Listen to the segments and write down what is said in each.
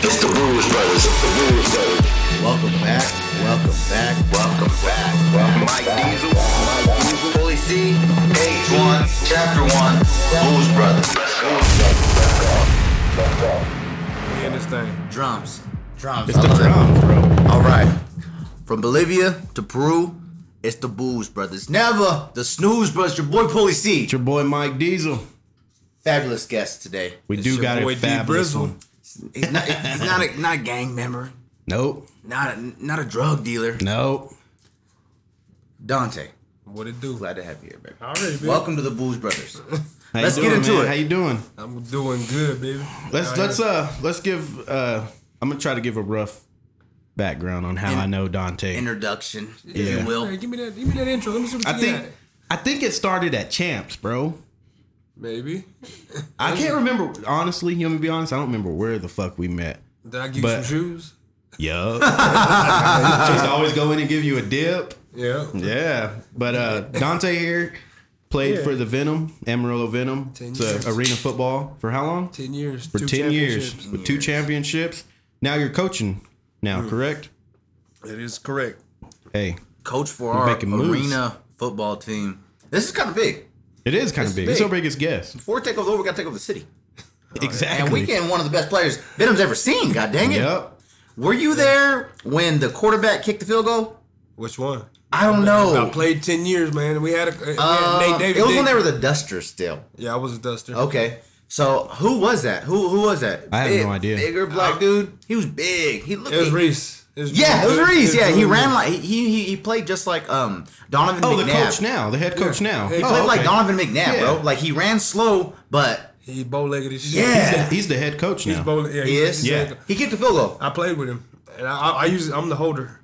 Blues Brothers. The Blues Brothers. Welcome back. Welcome back. Welcome back. Welcome Mike Diesel. Mike Diesel. Holy C. Page one. Chapter one. Blues Brothers. We in this thing. Drums. Drums. It's I the love that. drums, bro. All right. From Bolivia to Peru, it's the Booze Brothers. Never the Snooze Brothers. Your boy Pulley C. It's your boy Mike Diesel. Fabulous guest today. We It's do your got boy it D fabulous Brizzle. one. He's not, he's not a, not a gang member. Nope. Not a, not a drug dealer. Nope. Dante. What it do? Glad to have you here, baby. All right, baby. Welcome to the Booze Brothers. How you Let's get doing, into man? it. How you doing? I'm doing good, baby. Let's Out let's here. uh let's give uh I'm gonna try to give a rough background on how I know Dante. Introduction, if Yeah. you will. Hey, give me that. Give me that intro. Let me see what I you think got. I think it started at Champs, bro. Maybe. I can't remember honestly. You want me to be honest? I don't remember where the fuck we met. Did I give you some But- shoes? Yup. Just always go in and give you a dip. Yeah. Yeah, but uh, Dante here played Yeah. for the Venom, Amarillo Venom. Ten It's years. a arena football for how long? Ten years. for two ten years championships. with two championships. Now you're coaching. Now, correct? That is correct. Hey, Coach for our making moves. arena football team. This is kind of big. it is kind of big. It's big. our biggest guess. Before it take over, we got to take over the city. Exactly. And we getting one of the best players Venom's ever seen. God dang it! Yep. Were you there when the quarterback kicked the field goal? Which one? I don't I know. played ten years, man. And we had a. we had Oh. Uh, Nate Davis. it was Nate- when they were the Dusters still. Yeah, I was a duster. Okay. So who was that? Who who was that? I have Big- no idea. Bigger black dude. He was big. He looked. It was he- Reese. It was Yeah, it was Drew- Reese. it Yeah, he Drew- ran like he he, he played just like um Donovan. Oh, McNabb. the coach now, the head coach Yeah. now. He He oh, played like okay. Donovan McNabb, bro. Yeah. Like he ran slow, but He bow legged as shit. Yeah. He's the- He's the head coach He's now. bow legged. Yeah. he he's- is. Yeah. he's- He kicked the field goal. I played with him, and I, I, I usually I'm the holder.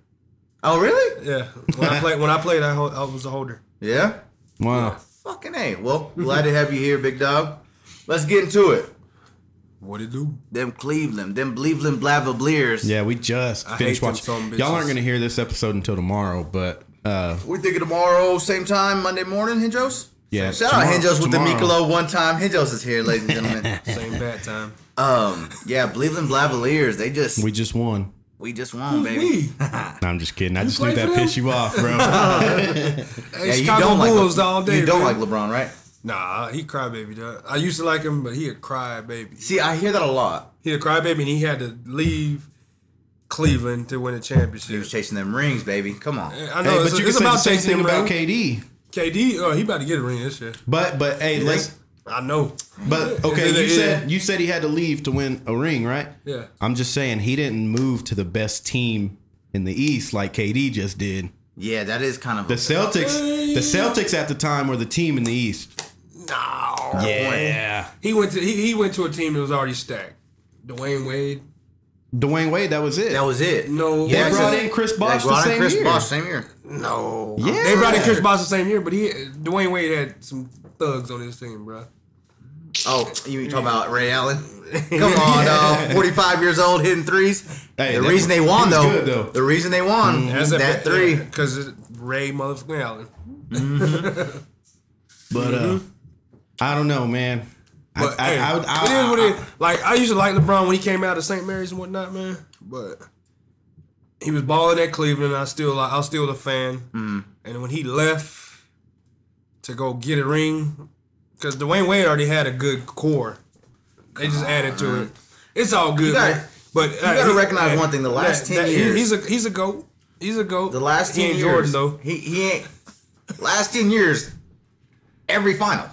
Oh, really? Yeah. When I played, when I played, I, hol- I was a holder. Yeah. wow. Fucking a. Well, glad to have you here, big dog. Let's get into it. What it do? Them Cleveland, them Cleveland Blavableers. Yeah, we just I finished hate them watching. some Y'all aren't bitches. gonna hear this episode until tomorrow, but uh, We're thinking tomorrow, same time, Monday morning, Hinjos. Yeah, Shout out tomorrow- Hinjos with the tomorrow. Mikolo one time. Hinjos is here, ladies and gentlemen. Same bad time. um, yeah, Cleveland Blavaliers. They just we we, just won. just won, baby. No, I'm just kidding. I just knew play that for them? pissed you off, bro. Hey, Yeah, you Chicago don't like Bulls Le- all day. You don't bro. like LeBron, right? Nah, he crybaby. dog. I used to like him, but he a crybaby. See, I hear that a lot. He a crybaby, and he had to leave Cleveland to win a He championship. was chasing them rings, baby. Come on. I know hey, it's, but you can it's say about the same chasing thing him, about bro. KD. KD. Oh, he about to get a ring this year. But but hey, let's I know. But okay, Yeah. you said you said he had to leave to win a ring, right? Yeah. I'm just saying he didn't move to the best team in the East like KD just did. Yeah, that is kind of The Celtics, the Celtics at the time were the team in the East. No. He went to he, he went to a team that was already stacked. Dwayne Wade. Dwayne Wade, that was it. that was it. No. Yeah, they way. brought because- in Chris They Bosh the brought in same Chris year. Bosh same year. No. Yeah. They brought in Chris Bosh the same year, but he Dwayne Wade had some thugs on his team, bro. Oh, you talk about Ray Allen? Come on, dog. 45 years old hitting threes. Hey, the that- reason they won, he was though, good, though. The reason they won Mm-hmm. was that three. Because Ray motherfucking Allen. But Mm-hmm. uh, I don't know, man. I- But I- hey, I would- I- it is what I- it is. Like I used to like LeBron when he came out of St. Mary's and whatnot, man. But he was balling at Cleveland. I still like I was still a fan. Mm-hmm. And when he left to go get a ring, because Dwayne Wade already had a good core. They just added to it. It's all good. gotta- man. but uh, you gotta recognize one thing, the last 10 years- he's a he's a goat. He's a goat. The last He 10 ain't years. Jordan though. He, he ain't. Last 10 years, every final.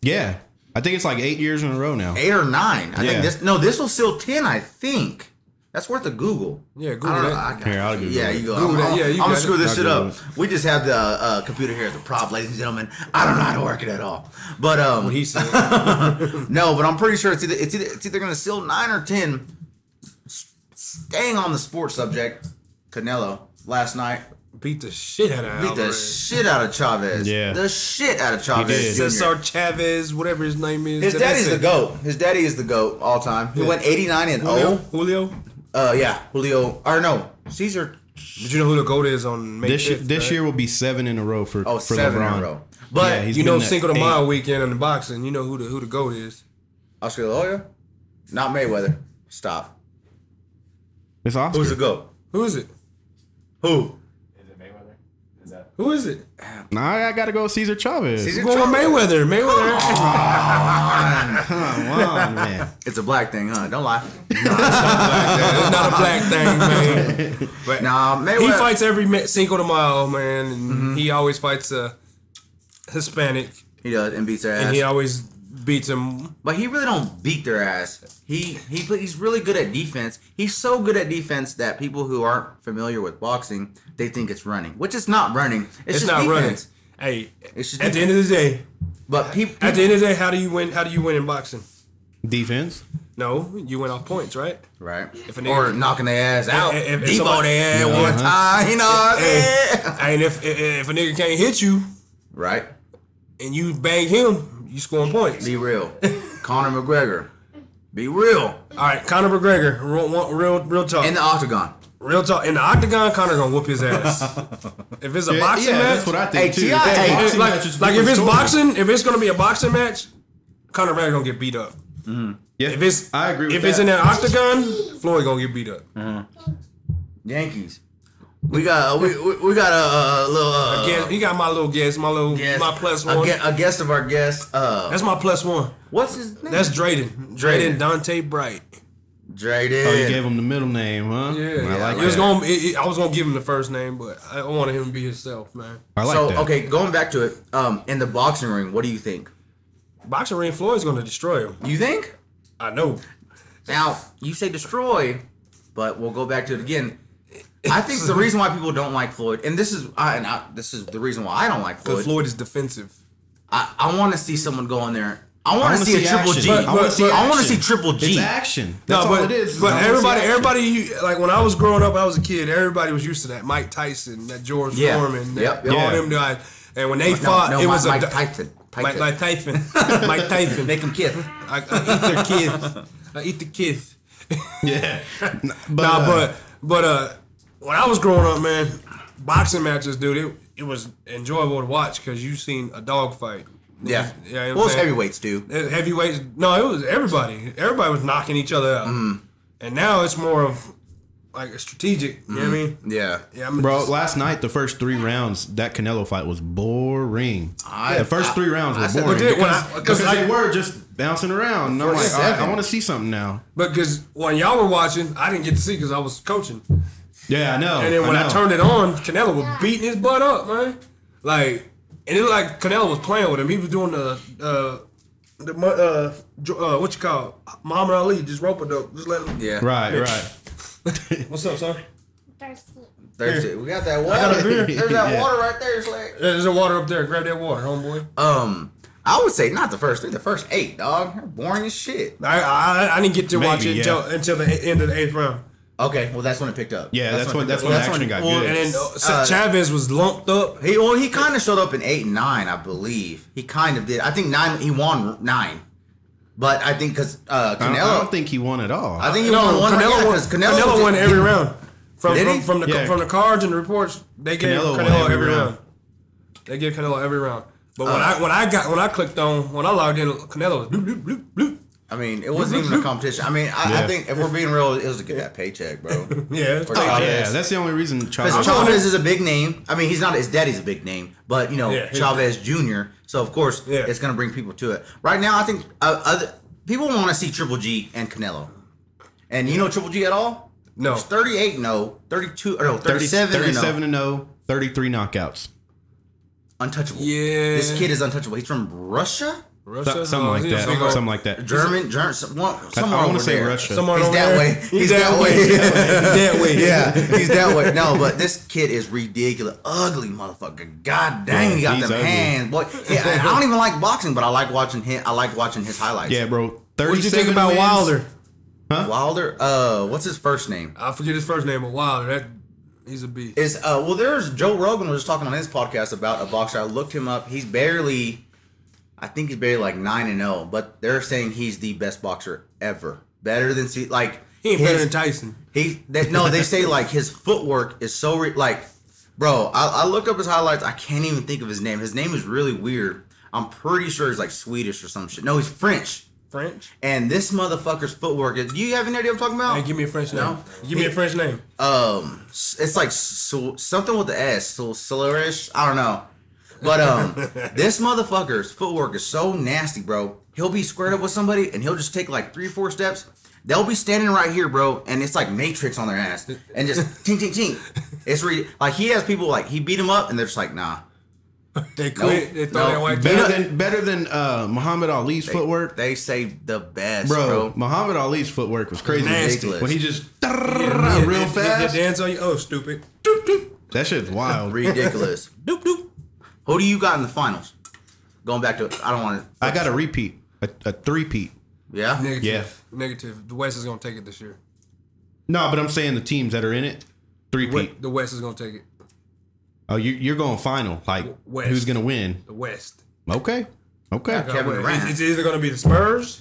yeah, I think it's like eight years in a row now. Eight or nine. I Yeah. think this. No, this was still 10, I think. That's worth a Google. Yeah, Google I don't know. that. I got- Here, I'll Google yeah, it. you go. Google I'm, that. I'm- Yeah, you I'm gonna got it. screw this I'll shit Google up. We just have the uh, computer here as a prop, ladies and gentlemen. I don't know how to work it at all. But um, He said No, but I'm pretty sure it's either it's either, it's either going to seal nine or ten. S- Staying on the sports subject, Canelo last night beat the shit out of beat the Alvarez. shit out of Chavez. Yeah. the shit out of Chavez. He did. Jr. Cesar Chavez, whatever his name is. His that I daddy's the said. goat. His daddy is the goat all time. He Yeah. went 89 and Julio? 0. Julio? Uh, yeah, Julio or no Caesar. But you know who the GOAT is on May This year, 5th, this right? year will be seven in a row for Oh, for seven LeBron. in a row. But Yeah, he's- You know been at Cinco de eight. Mayo weekend in the boxing. You know who the who the GOAT is. Oscar Loya, not Mayweather. Stop. It's Oscar. Who's the goat? Who is it? Who? Is it Mayweather? Is that? Who is it? Nah, I gotta go Cesar Chavez. Cesar- I'm going with Mayweather. Mayweather. Come on, man. It's a black thing, huh? Don't lie. it's not a black thing, man. Nah, Mayweather. He fights every Ma- Cinco de Mayo, man. And Mm-hmm. He always fights a Hispanic, He does and beats their ass. and he always beats him. but he really don't beat their ass. He he pl- he's really good at defense. He's so good at defense that people who aren't familiar with boxing they think it's running, which is not running. It's, It's, just not defense. running. Hey, It's just at the end of the day, But people, at the end of the day, how do you win? How do you win in boxing? Defense. No, you win off points, right? right? a nigga- or knocking their ass out, If- if- if Debo somebody- their ass one time, you know what I'm Hey, saying? and if if- if a nigga can't hit you Right? and you bang him, you scoring points. Be real, Conor McGregor. Be real All right, Conor McGregor, real one- real, real talk, in the octagon. real talk. In the octagon, Conor gonna whoop his ass. if it's a boxing yeah, match, that's what I Hey, think too. T.I. If that hey, Hey, boxing like, match is a like if different it's story. boxing, if it's gonna be a boxing match, Conor McGregor gonna get beat up. If it's I agree with if it's that. in that octagon, Floyd gonna get beat up. Uh, Yankees. We got we we, we got a, a little uh, Guess- you got my little guess, my little guest, my plus a one. gue- a guest of our guests. Uh, That's my plus one. what's his name? That's Drayden. Drayden Dante Bright. Drayden. Oh, you gave him the middle name, huh? I like it that. was gonna. It, it- I was gonna give him the first name, but I wanted him to be himself, man. I like so that. okay, going back to it. Um, in the boxing ring, what do you think? Boxing ring Floyd's gonna destroy him. You think? I know. Now you say destroy, but we'll go back to it again. I think the reason why people don't like Floyd, and this is I, and I, this is the reason why I don't like But Floyd. Floyd is defensive. I, I want to see someone go in there. I I want to wanna see, a triple action. G. I want to see. I want to action. see triple G. It's action. No, That's but all it is. I but wanna see everybody, action. everybody, you, like when I was growing up, I was a kid. Everybody was used to that Mike Tyson, that George Yeah. Foreman, that, Yep, all yep. them guys. And when they No, fought, no, it was Mike, a Mike Tyson. Mike, Tyson. Mike Tyson, Mike Tyson. Make him kiss. I, I eat their kids. I eat the kids. Yeah. N- but, nah, uh, but but uh, when I was growing up, man, boxing matches, dude, it, it was enjoyable to watch because you seen a dog fight. Yeah. Yeah, you know well, what it's I'm saying? heavyweights do. It- Heavyweights, no, it was everybody. Everybody was knocking each other out, Mm-hmm. and now it's more of like a strategic. You know what I mean? Mm-hmm. Yeah. Yeah, I'm Bro, just- last night the first three rounds that Canelo fight was boring. I- the first I- three rounds I were said- boring But dude, when because, I- 'cause because like- they were just bouncing around. And I'm like, First all right, seven. I want to see something now. because when y'all were watching, I didn't get to see because I was coaching, Yeah, Oh, I know. and then when I, know. turned it on, Canelo was beating his butt up, man. Like, and it looked like Canelo was playing with him. He was doing the uh, the mu- uh, jo- uh what you call it? Muhammad Ali, just rope a dope, just let him. Yeah. right, right. What's up, son? Thirsty. Thursday. We got that water. got a beer. There's that Yeah. water right there, Slick. There's a water up there. Grab that water, homeboy. Um, I would say not the first three, the first eight, dog. They're boring as shit. I, I I didn't get to Maybe, watch it yeah. until, until the e, end of the eighth round. Okay, well that's when it picked up. Yeah, that's it when- picked that's up. when Well, action got well, good. And and then then, uh, uh, Chavez was lumped up. he well he kind of showed up in eight and nine, I believe. He kind of did. I think nine. He won nine, but I think because uh, Canelo. I don't, I don't think he won at all. I think he No, won one. Canelo, yeah, won, 'cause Canelo, Canelo, was- won every round. From Did he? from, from the Yeah. from the cards and the reports, they gave Canelo Canelo, won every, every round. round. They gave Canelo every round. But Uh. when I when I got when I clicked on when I logged in, Canelo was bloop, bloop, bloop, bloop. I mean, it wasn't even a competition. I mean, I, I Yeah. think if we're being real, it was to get that paycheck, bro. Yeah, it's For like- Chavez. Oh, yeah, that's the only reason. Charles, Because I'm gonna- Chavez is a big name. I mean, he's not his daddy's a big name, but you know Yeah, he- Chavez Jr. So of course, Yeah. it's going to bring people to it. Right now, I think uh, other people want to see Triple G and Canelo. And you know Triple G at all? no. It's 38 no, 32 oh, or no, 37, oh. 37 and oh. and 0, 33 knockouts. no. untouchable. Yeah. This kid is untouchable. He's from Russia? Russia, So- Something oh, like he was that. somewhere- Something like that. German, German, some- one- I, somewhere want over to say there. Russia. somewhere He's over that there. way. He's, He's that, that way. way. He's that way. Yeah, he's that way. No, but this kid is ridiculous, ugly motherfucker. God dang, Yeah, he got he's them ugly. hands, boy. Yeah, I, I don't even like boxing, but I like watching him. I like watching his highlights. Yeah, bro. What 37 did you think about wins. Wilder? Wilder. Uh, what's his first name? I forget his first name, but Wilder, that he's a beast. Is uh, well, there's Joe Rogan was just talking on his podcast about a boxer. I looked him up. He's barely, I think he's barely like nine and zero, but they're saying he's the best boxer ever. Better than see like He ain't better his- than Tyson. He that no, they say like his footwork is so re- like, bro. I, I looked up his highlights. I can't even think of his name. His name is really weird. I'm pretty sure he's like Swedish or some shit. No, he's French. French? And this motherfucker's footwork is. You have any idea what I'm talking about? Hey, give me a French No. name. Give me a French name. um s- it's like so, something with the s so solarish i don't know but um this motherfucker's footwork is so nasty bro he'll be squared up with somebody and he'll just take like three or four steps they'll be standing right here bro and it's like matrix on their ass and just ting ting ting it's re- like he has people like he beat him up and they're just like nah They quit. They throw No. that white Better You know- than better than uh, Muhammad Ali's footwork, they say the best bro, bro, Muhammad Ali's footwork was crazy. Nasty. When he just Yeah, real they- they- fast. They dance on you. Oh, stupid. That shit's wild. ridiculous doop doop who do you got in the finals going back to i don't want to I got a repeat, a, a three peat. yeah Negative. Yeah. Negative. The West is gonna take it this year. No, but I'm saying the teams that are in it, three peat. The West is gonna take it. Oh, you, you're going final. Like West. who's gonna win? The West. Okay, okay. Kevin It's- Durant. It's either gonna be the Spurs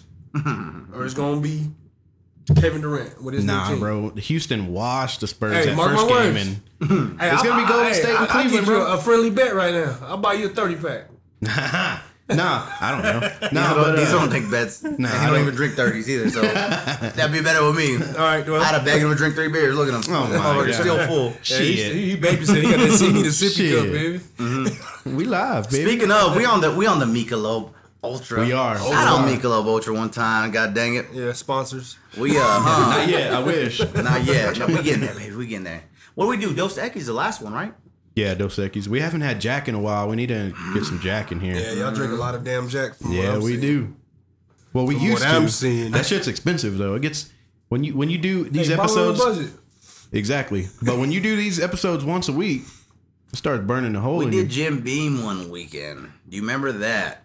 or it's gonna be Kevin Durant with his new Nah, team. bro. Houston washed the Spurs Hey, that mark first my game, words. and Hey, It's I'll- gonna be Golden hey, State and I'll- I'll give Cleveland, you bro. A friendly bet right now. I'll buy you a thirty pack. nah, I don't know. Nah, I don't, but these uh, don't take bets. and I he don't, don't- Uh-huh. even drink thirties either, so that'd be better with me. All right, well, I'd have begged him to drink three beers. Look at him. Oh my Motherfucker's God. still full. yeah, he, shit. he, he babysitting. He got that CD to sippy Shit. cup, baby. we live, baby. Speaking of, we on the we on the Michelob Ultra. We are. Shout out Michelob Ultra one time. God dang it. Yeah, sponsors. We uh, huh? yeah, I wish. not yet. No, we getting there, baby. We getting there. What do we do? Dos Equis the last one, right? yeah, Dos Equis. We haven't had Jack in a while. We need to get some Jack in here. Yeah, y'all drink a lot of damn Jack. From what Yeah, I'm we seeing. do. Well, we From used what to. I'm seeing. That shit's expensive though. It gets when you when you do these Hey, bottle on the episodes budget. exactly. But when you do these episodes once a week, it starts burning a hole. We in did you. Jim Beam one weekend. Do you remember that?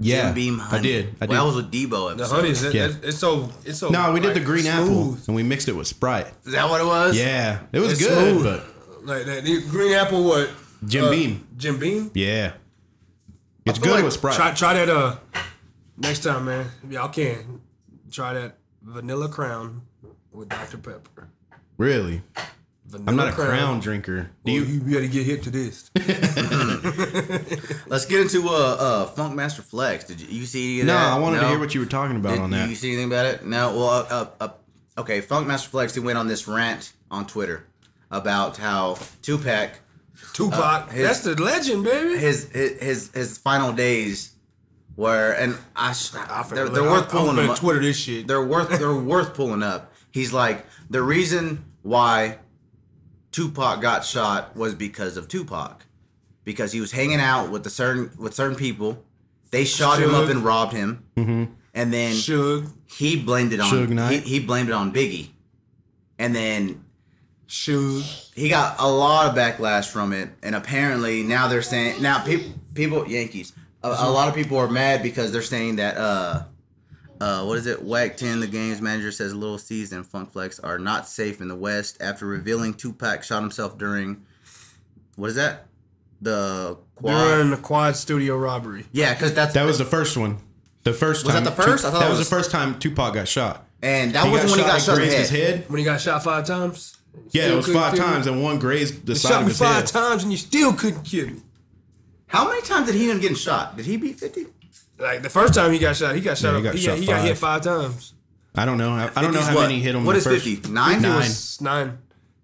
Yeah, Jim Beam I honey. did. I Well, that was did. with Debo. The Episode. honey is it, Yeah. it's so it's so. No, we did like, the green apple smooth. and we mixed it with Sprite. Is that what it was? Yeah, it was It's good. smooth. But Like that the green apple. What? Uh, Jim Beam. Jim Beam. yeah, it's I feel good like with Sprite. Try, try that. Uh, next time, man. If Y'all can try that vanilla crown with Dr Pepper. really, Vanilla I'm not a crown drinker. Do you, you? Uh, you better get hit to this. Let's get into uh uh Funk Master Flex. Did you, you see any of No, that? I wanted to hear what you were talking about on Did that. you see anything about it? No. Well, uh, uh, uh, okay. Funk Master Flex he went on this rant on Twitter about how Tupac Tupac. his- That's the legend, baby. his his his, his final days were, and I, sh- I they're, forgot- they're I- worth I'm pulling gonna them up. Twitter this shit. They're worth they're worth pulling up. He's like the reason why Tupac got shot was because of Tupac, because he was hanging out with the certain with certain people. They shot him up Suge. and robbed him, Mm-hmm. and then Suge, he blamed it on Suge Knight. He, he blamed it on Biggie, and then Suge. he got a lot of backlash from it. And apparently now they're saying now people people Yankees a, a lot of people are mad because they're saying that uh uh what is it Whack Ten the games manager says Little C's and Funk Flex are not safe in the West after revealing Tupac shot himself during what is that the quad During the Quad Studio robbery. yeah because that's That was the first one. The first Was that time. the first? Tu- I thought that it was, was- the first time Tupac got shot. and that wasn't when he got and shot in the grazed head. his head. When he got shot five times. Yeah, Still it was couldn't five kill me. times, and one grazed the You side shot of me his five head. times and you still couldn't kill me. How many times did he end up getting shot? Did he beat fifty? Like the first time he got shot, he got Yeah, shot. he up- got he, shot got, he got hit five times. I don't know. I, I don't know 50's how what? many hit him. What in is the first. 50? Nine? Nine. It's nine.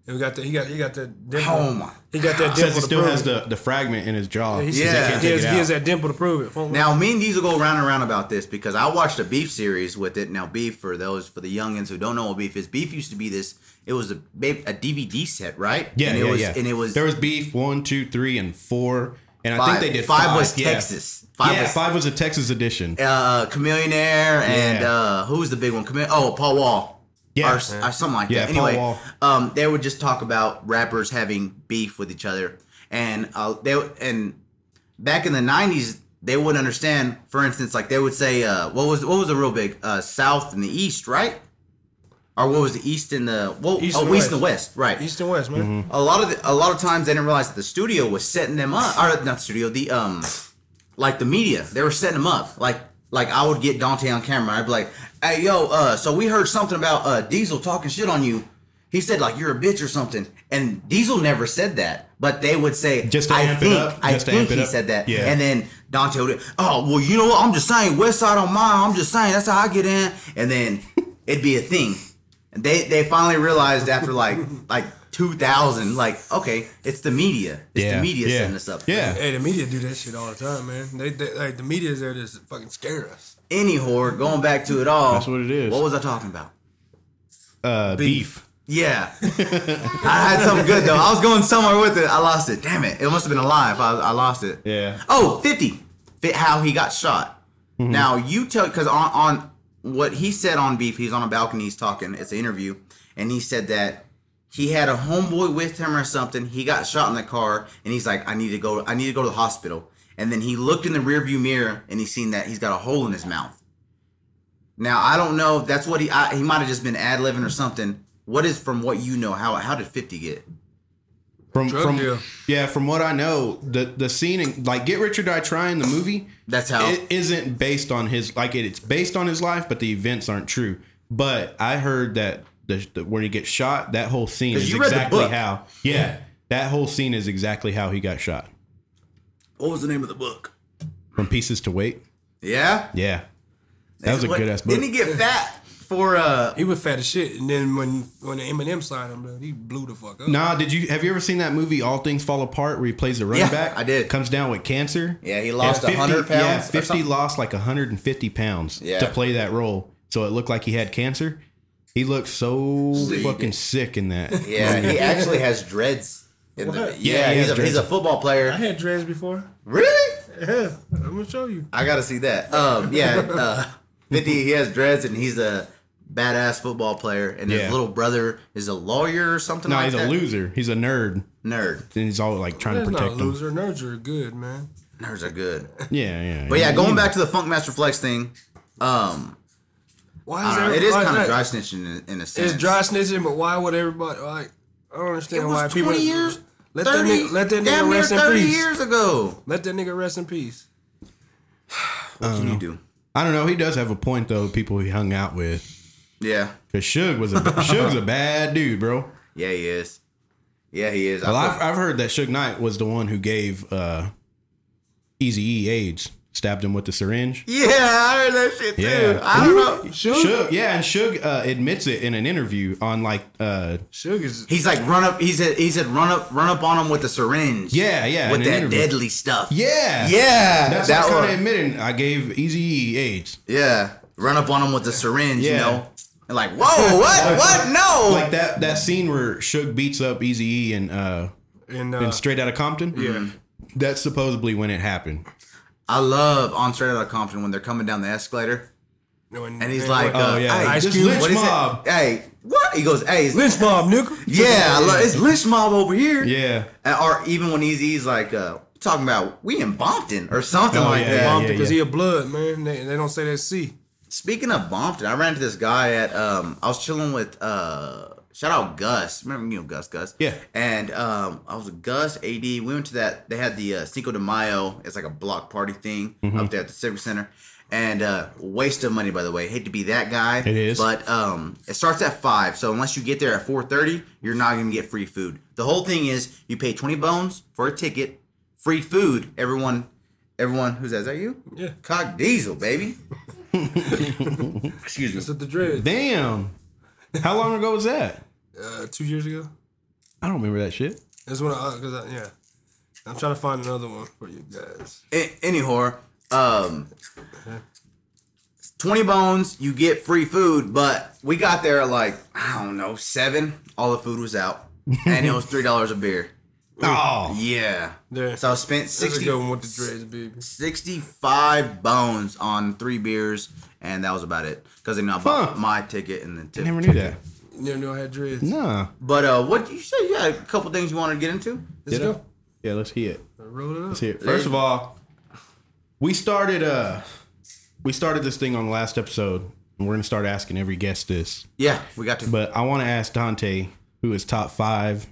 And we got the, he got he got that dimple. Oh my He got that dimple Says to he still prove has it. the, the fragment in his jaw. He He says Yeah. can't he, take has, it he has out. that dimple to prove it. Hold on. Now me and these will go round and round about this because I watched a beef series with it. Now beef for those for the youngins who don't know what beef is. Beef used to be this. It was a ba- a DVD set, right? Yeah, and it yeah, was, yeah. And it was there was beef one, two, three, and four, and I Five. think they did Five five. was yeah. Texas. Five yeah, was- five was a Texas edition. uh, Chameleon Air and Yeah. uh, who was the big one? Chamele- oh, Paul Wall. Yeah. Or, s- or something like Yeah, that. Paul Anyway, Wall. um, they would just talk about rappers having beef with each other, and uh, they would- and back in the '90s they wouldn't understand. For instance, like they would say, uh, "What was what was the real big uh, South and the East, right?" Or what was the East and the well, East oh, and East and the West. West, right? East and West, man. Mm-hmm. a lot of the, a lot of times they didn't realize that the studio was setting them up or not studio the um like the media they were setting them up like like I would get Dante on camera I'd be like hey yo uh so we heard something about uh Diesel talking shit on you he said like you're a bitch or something and Diesel never said that But they would say, Just to I amp it think, up, I just to think amp it he up." said that. Yeah. And then Dante would, oh, well, you know what? I'm just saying, West Side on mine. I'm just saying, that's how I get in. And then it'd be a thing. And they, they finally realized after like like 2000, like, okay, it's the media. It's yeah. the media yeah. setting us up. Yeah. Hey, the media do that shit all the time, man. They, they like the media is there to fucking scare us. Any whore, going back to it all. That's what it is. What was I talking about? Uh, beef. Yeah. I had something good though. I was going somewhere with it. I lost it. Damn it. It must have been alive. I, I lost it. Yeah. Oh, 50. Fit how he got shot. Now, you tell, because on, on what he said on Beef, he's on a balcony, he's talking. It's an interview. And he said that he had a homeboy with him or something. He got shot in the car and he's like, I need to go, I need to go to the hospital. And then he looked in the rearview mirror and he seen that he's got a hole in his mouth. Now I don't know. if That's what he I, he might have just been ad libbing or something. What is from what you know? How how did Fifty get? From Drug from deal. yeah, from what I know, the the scene in like Get Rich or Die Trying the movie That's how. it isn't based on his like it, it's based on his life, but the events aren't true. But I heard that the, the where he gets shot, that whole scene 'Cause is you read the exactly book. how. Yeah, that whole scene is exactly how he got shot. what was the name of the book? From pieces to weight. Yeah, Yeah, that was a What- good ass book. Didn't he get fat for uh? He was fat as shit, and then when when the Eminem signed him, bro, he blew the fuck up. Nah, did you have you ever seen that movie All Things Fall Apart where he plays the running Yeah, back? I did. Comes down with cancer. Yeah, he lost 100 pounds Yeah, or fifty something. lost like hundred and fifty pounds Yeah. to play that role. So it looked like he had cancer. He looked so Sick. fucking sick in that. Yeah, he actually has dreads. In the, What? Yeah, yeah, he he's, has a, he's dreads. a football I player. had dreads before. Really? Yeah, I'm gonna show you. I gotta see that. Um, yeah, uh, Fifty. He has dreads and he's a badass football player. And his Yeah. little brother is a lawyer or something. No, like he's that. a loser. He's a nerd. Nerd. And he's always like trying That's to not a protect him. loser. Nerds are good, man. Nerds are good. Yeah, yeah. But yeah, going back to the Funk Master Flex thing, um, Why I is don't know, every- Uh, it is why kind of that- dry snitching in, in a sense. It's dry snitching, but why would everybody like? I don't understand It why was people. twenty years. Let 30, that nigga, let that damn nigga near rest in thirty peace. years ago. Let that nigga rest in peace. What can you do? I don't know. He does have a point though. People he hung out with. Yeah, Cause Suge was a Suge's a bad dude, bro. yeah, he is. Yeah, he is. I Well, I've, feel- I've heard that Suge Knight was the one who gave uh, Easy E AIDS, stabbed him with the syringe. yeah, I heard that shit too. Yeah. I don't know. Suge, yeah, and Suge uh, admits it in an interview on like, uh, Sugar's He's like run up. He said he said run up run up on him with a syringe. yeah, yeah, with in an that interview. deadly stuff. Yeah, yeah, That's that what kind of one. admitting I gave Easy E AIDS. Yeah, run up on him with a syringe. You Yeah. know, and like whoa, what, what? No, Like that that scene where Suge beats up Easy E and uh, and uh, and straight out of Compton. Yeah, that's supposedly when it happened. I love on Straight Outta Compton when they're coming down the escalator when- and he's like, Oh uh, yeah, hey, Ice this Cube. lynch what is mob. it? Hey, what? He goes, hey, it's- lynch mob, nigga. yeah, I love, it's lynch mob over here. Yeah, And- or even when he's he's like uh, talking about we in Bompton or something Oh, like yeah, that. yeah. because he a blood man. They, they don't say that C. Speaking of Bompton, I ran into this guy at um I was chilling with uh shout out Gus. Remember you know Gus Gus? Yeah. And um I was with Gus, AD. We went to that they had the uh, Cinco de Mayo. It's like a block party thing Mm-hmm. up there at the Civic Center. And uh waste of money by the way. Hate to be that guy. It is. But um it starts at 5. So unless you get there at 4:30, you're not going to get free food. The whole thing is you pay 20 bones for a ticket, free food. Everyone everyone who's that? Is that you? Yeah. Cock Diesel, baby. Excuse me. It's at the dread. damn. How long ago was that? Uh, two years ago. I don't remember that shit. That's when I because I, yeah. I'm trying to find another one for you guys. A- anyhow, um, twenty bones, you get free food, but we got there at like I don't know seven. All the food was out, and it was three dollars a beer. Oh, Yeah, There. so I spent That's a 60, good one with the dreads, baby. 65 bones on three beers, and that was about it. Because you know, I bought Huh. my ticket and then I tip. never knew that. You never knew I had dreads. Nah. But uh, what you said? You had a couple things you wanted to get into. Let's Did I? go. Yeah, let's hear it. I rolled it up. Let's hear it. First of all, we started uh we started this thing on the last episode, and we're gonna start asking every guest this. Yeah, we got to. But I want to ask Dante who his top five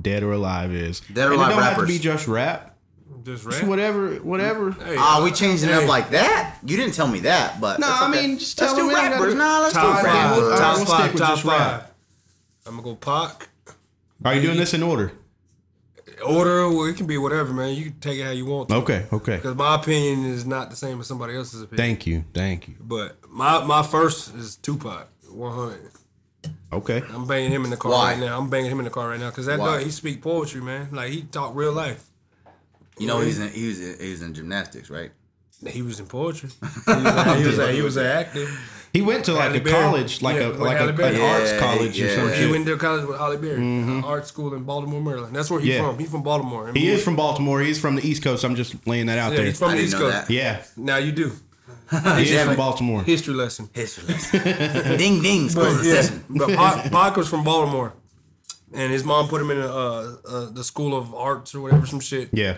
dead or alive is. or and alive it don't have to rappers. be just rap. Just Just rap. whatever, whatever. Hey, uh, Ah, we changed it hey, up like that. You didn't tell me that, but No, that's I mean, just tell let's them do it ain't rappers. gotta- Nah, let's top do five. rappers. All right, top we'll stick five. with Top just rap. five. I'm gonna go Pac. Are you doing this in order? order, well, it can be whatever, man. You can take it how you want. to. Okay, okay. Because my opinion is not the same as somebody else's opinion. Thank you, thank you. But my my first is Tupac, 100. Okay, I'm banging him in the car Why? right now. I'm banging him in the car right now because that Why? dog, he speak poetry, man. Like he talk real life. You know, he's in, he was in, he was in gymnastics, right? He was in poetry. He was, a, he was, a, he was an actor. he went to like Halle a Berry. college, like Yeah, a with like Halle a, an Berry. arts Yeah, college or yeah. something. He went to college with Holly Berry, uh, art school in Baltimore, Maryland. That's where he's Mm-hmm. Yeah. from. He's from Baltimore. He is from Baltimore. He's from the East Coast. I'm just laying that out Yeah, there. he's from I the didn't East know Coast. that. yeah, Now you do. he is Damn from it. Baltimore. History lesson. History lesson. ding ding, But, schools yeah, session. but Pac, Pac was from Baltimore, and his mom put him in a, uh, uh, the School of Arts or whatever, some shit. Yeah,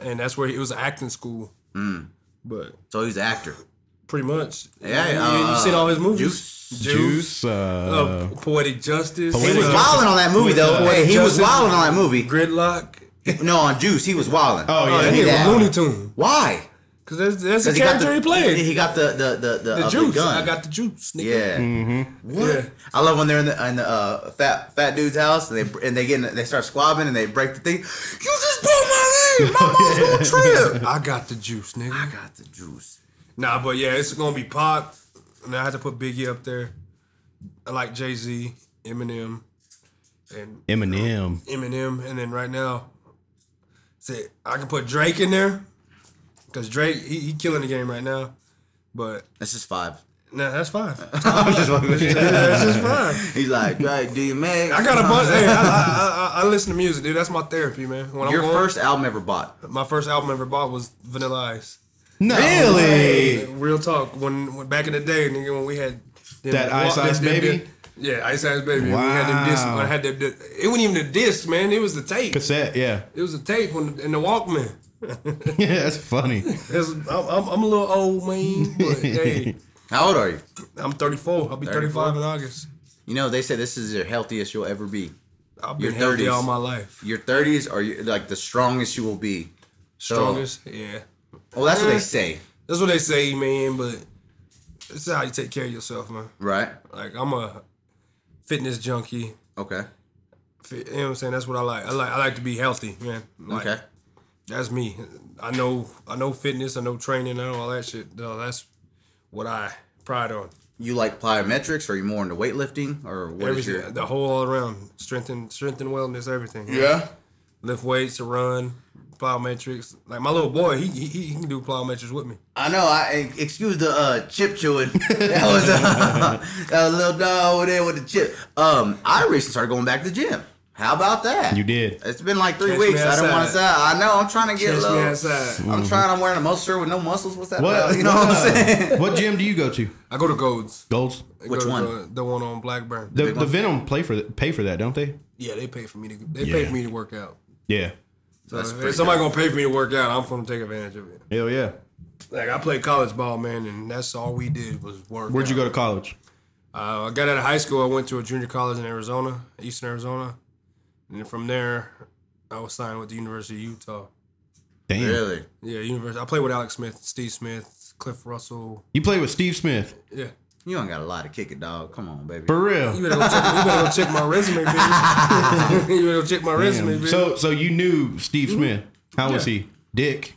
And that's where he, it was an acting school. But So he's an actor. pretty much, Mm. Yeah, you, uh, you seen all his movies? Juice. Juice, Juice. Uh, uh, Poetic Justice, uh, He Poetic was Justice. wilding on that movie though. With, uh, Hey, he was Justice- wilding on that movie. Gridlock. No, on Juice, he was wilding. Oh, yeah. Oh, that he did nigga that. was Looney Tune. Why? Because that's, that's the 'Cause he got character the he played. He got the the the the, the uh, juice. gun. I got the juice. Nigga. yeah. What? Yeah. I love when they're in the, in the uh, fat fat dude's house and they and they get in, they start squabbing and they break the thing. You just broke my name. My mom's gonna trip. I got the juice, nigga. I got the juice. Nah, but yeah, it's gonna be Pop. And I had to put Biggie up there. I like Jay Z, Eminem, and Eminem. Eminem. And then right now, say I can put Drake in there because Drake he, he killing the game right now. But That's just five. nah, that's fine. I'm just fucking with you. that's just fine. He's like, right, DMX. I got a bunch. hey, I, I, I, I listen to music, dude. That's my therapy, man. When Your I'm going, first album ever bought. my first album I ever bought was Vanilla Ice. No, Yeah, really? Real talk. When, when back in the day, nigga, when we had them- That Ice Ice Baby? yeah, Ice Ice Baby. We had them discs. Wow. I had them, di- it wasn't even a disc, man. It was the tape. Cassette. Yeah, It was the tape on the, and the Walkman. yeah. That's funny. It's- I'm, I'm, I'm a little old man, but hey, How old are you? I'm 34. I'll be 35 in August. You know, they say this is your healthiest you'll ever be. I've Your been healthy 30s. all my life. Your 30s are your- like the strongest you will be. So- Strongest, Eh. yeah. Well, that's what they say, That's what they say, man. But this is how you take care of yourself, man. right? Like I'm a fitness junkie. Okay. Fit, you know what I'm saying? That's what I like. I like I like to be healthy, man. Like, Okay. that's me. I know I know fitness, I know training, I know all that shit. No, that's what I pride on. You like plyometrics? Are you more into weightlifting or what is Everything, your? the whole all around strength and strength and wellness, everything. Yeah. lift weights, to run, plyometrics. Like my little boy, he he, he can do plyometrics with me. I know. I eh, excuse the uh, chip chewing. That was a, that was a little dog over there with the chip. Um, I recently started going back to the gym. How about that? You did. It's been like three Catch me weeks. I don't want to outside. say. I know. I'm trying to get Catch low. me outside. I'm trying. I'm wearing a muscle shirt with no muscles. What's that What? about? You know what I'm saying? What gym do you go to? I go to Golds. Golds. I Which go to one? The, the one on Blackburn. The, the Venom play for pay for that, don't they? yeah, they pay for me to they pay Yeah. for me to work out. Yeah. So That's if pretty somebody gonna pay for me to work out, I'm gonna take advantage of it. Hell yeah. Like I played college ball, man, and that's all we did was work. Where'd you out. go to college? Uh, I got out of high school. I went to a junior college in Arizona, Eastern Arizona, and then from there, I was signed with the University of Utah. Damn. really? Yeah, University. I played with Alex Smith, Steve Smith, Cliff Russell. You play with Steve Smith Yeah, You don't got a lot to kick it, dog. Come on, baby. for you real. better go check, you better go check my resume, bitch. you better go check my resume, Damn. bitch. So so you knew Steve Smith. How was Mm-hmm. Yeah. he? Dick.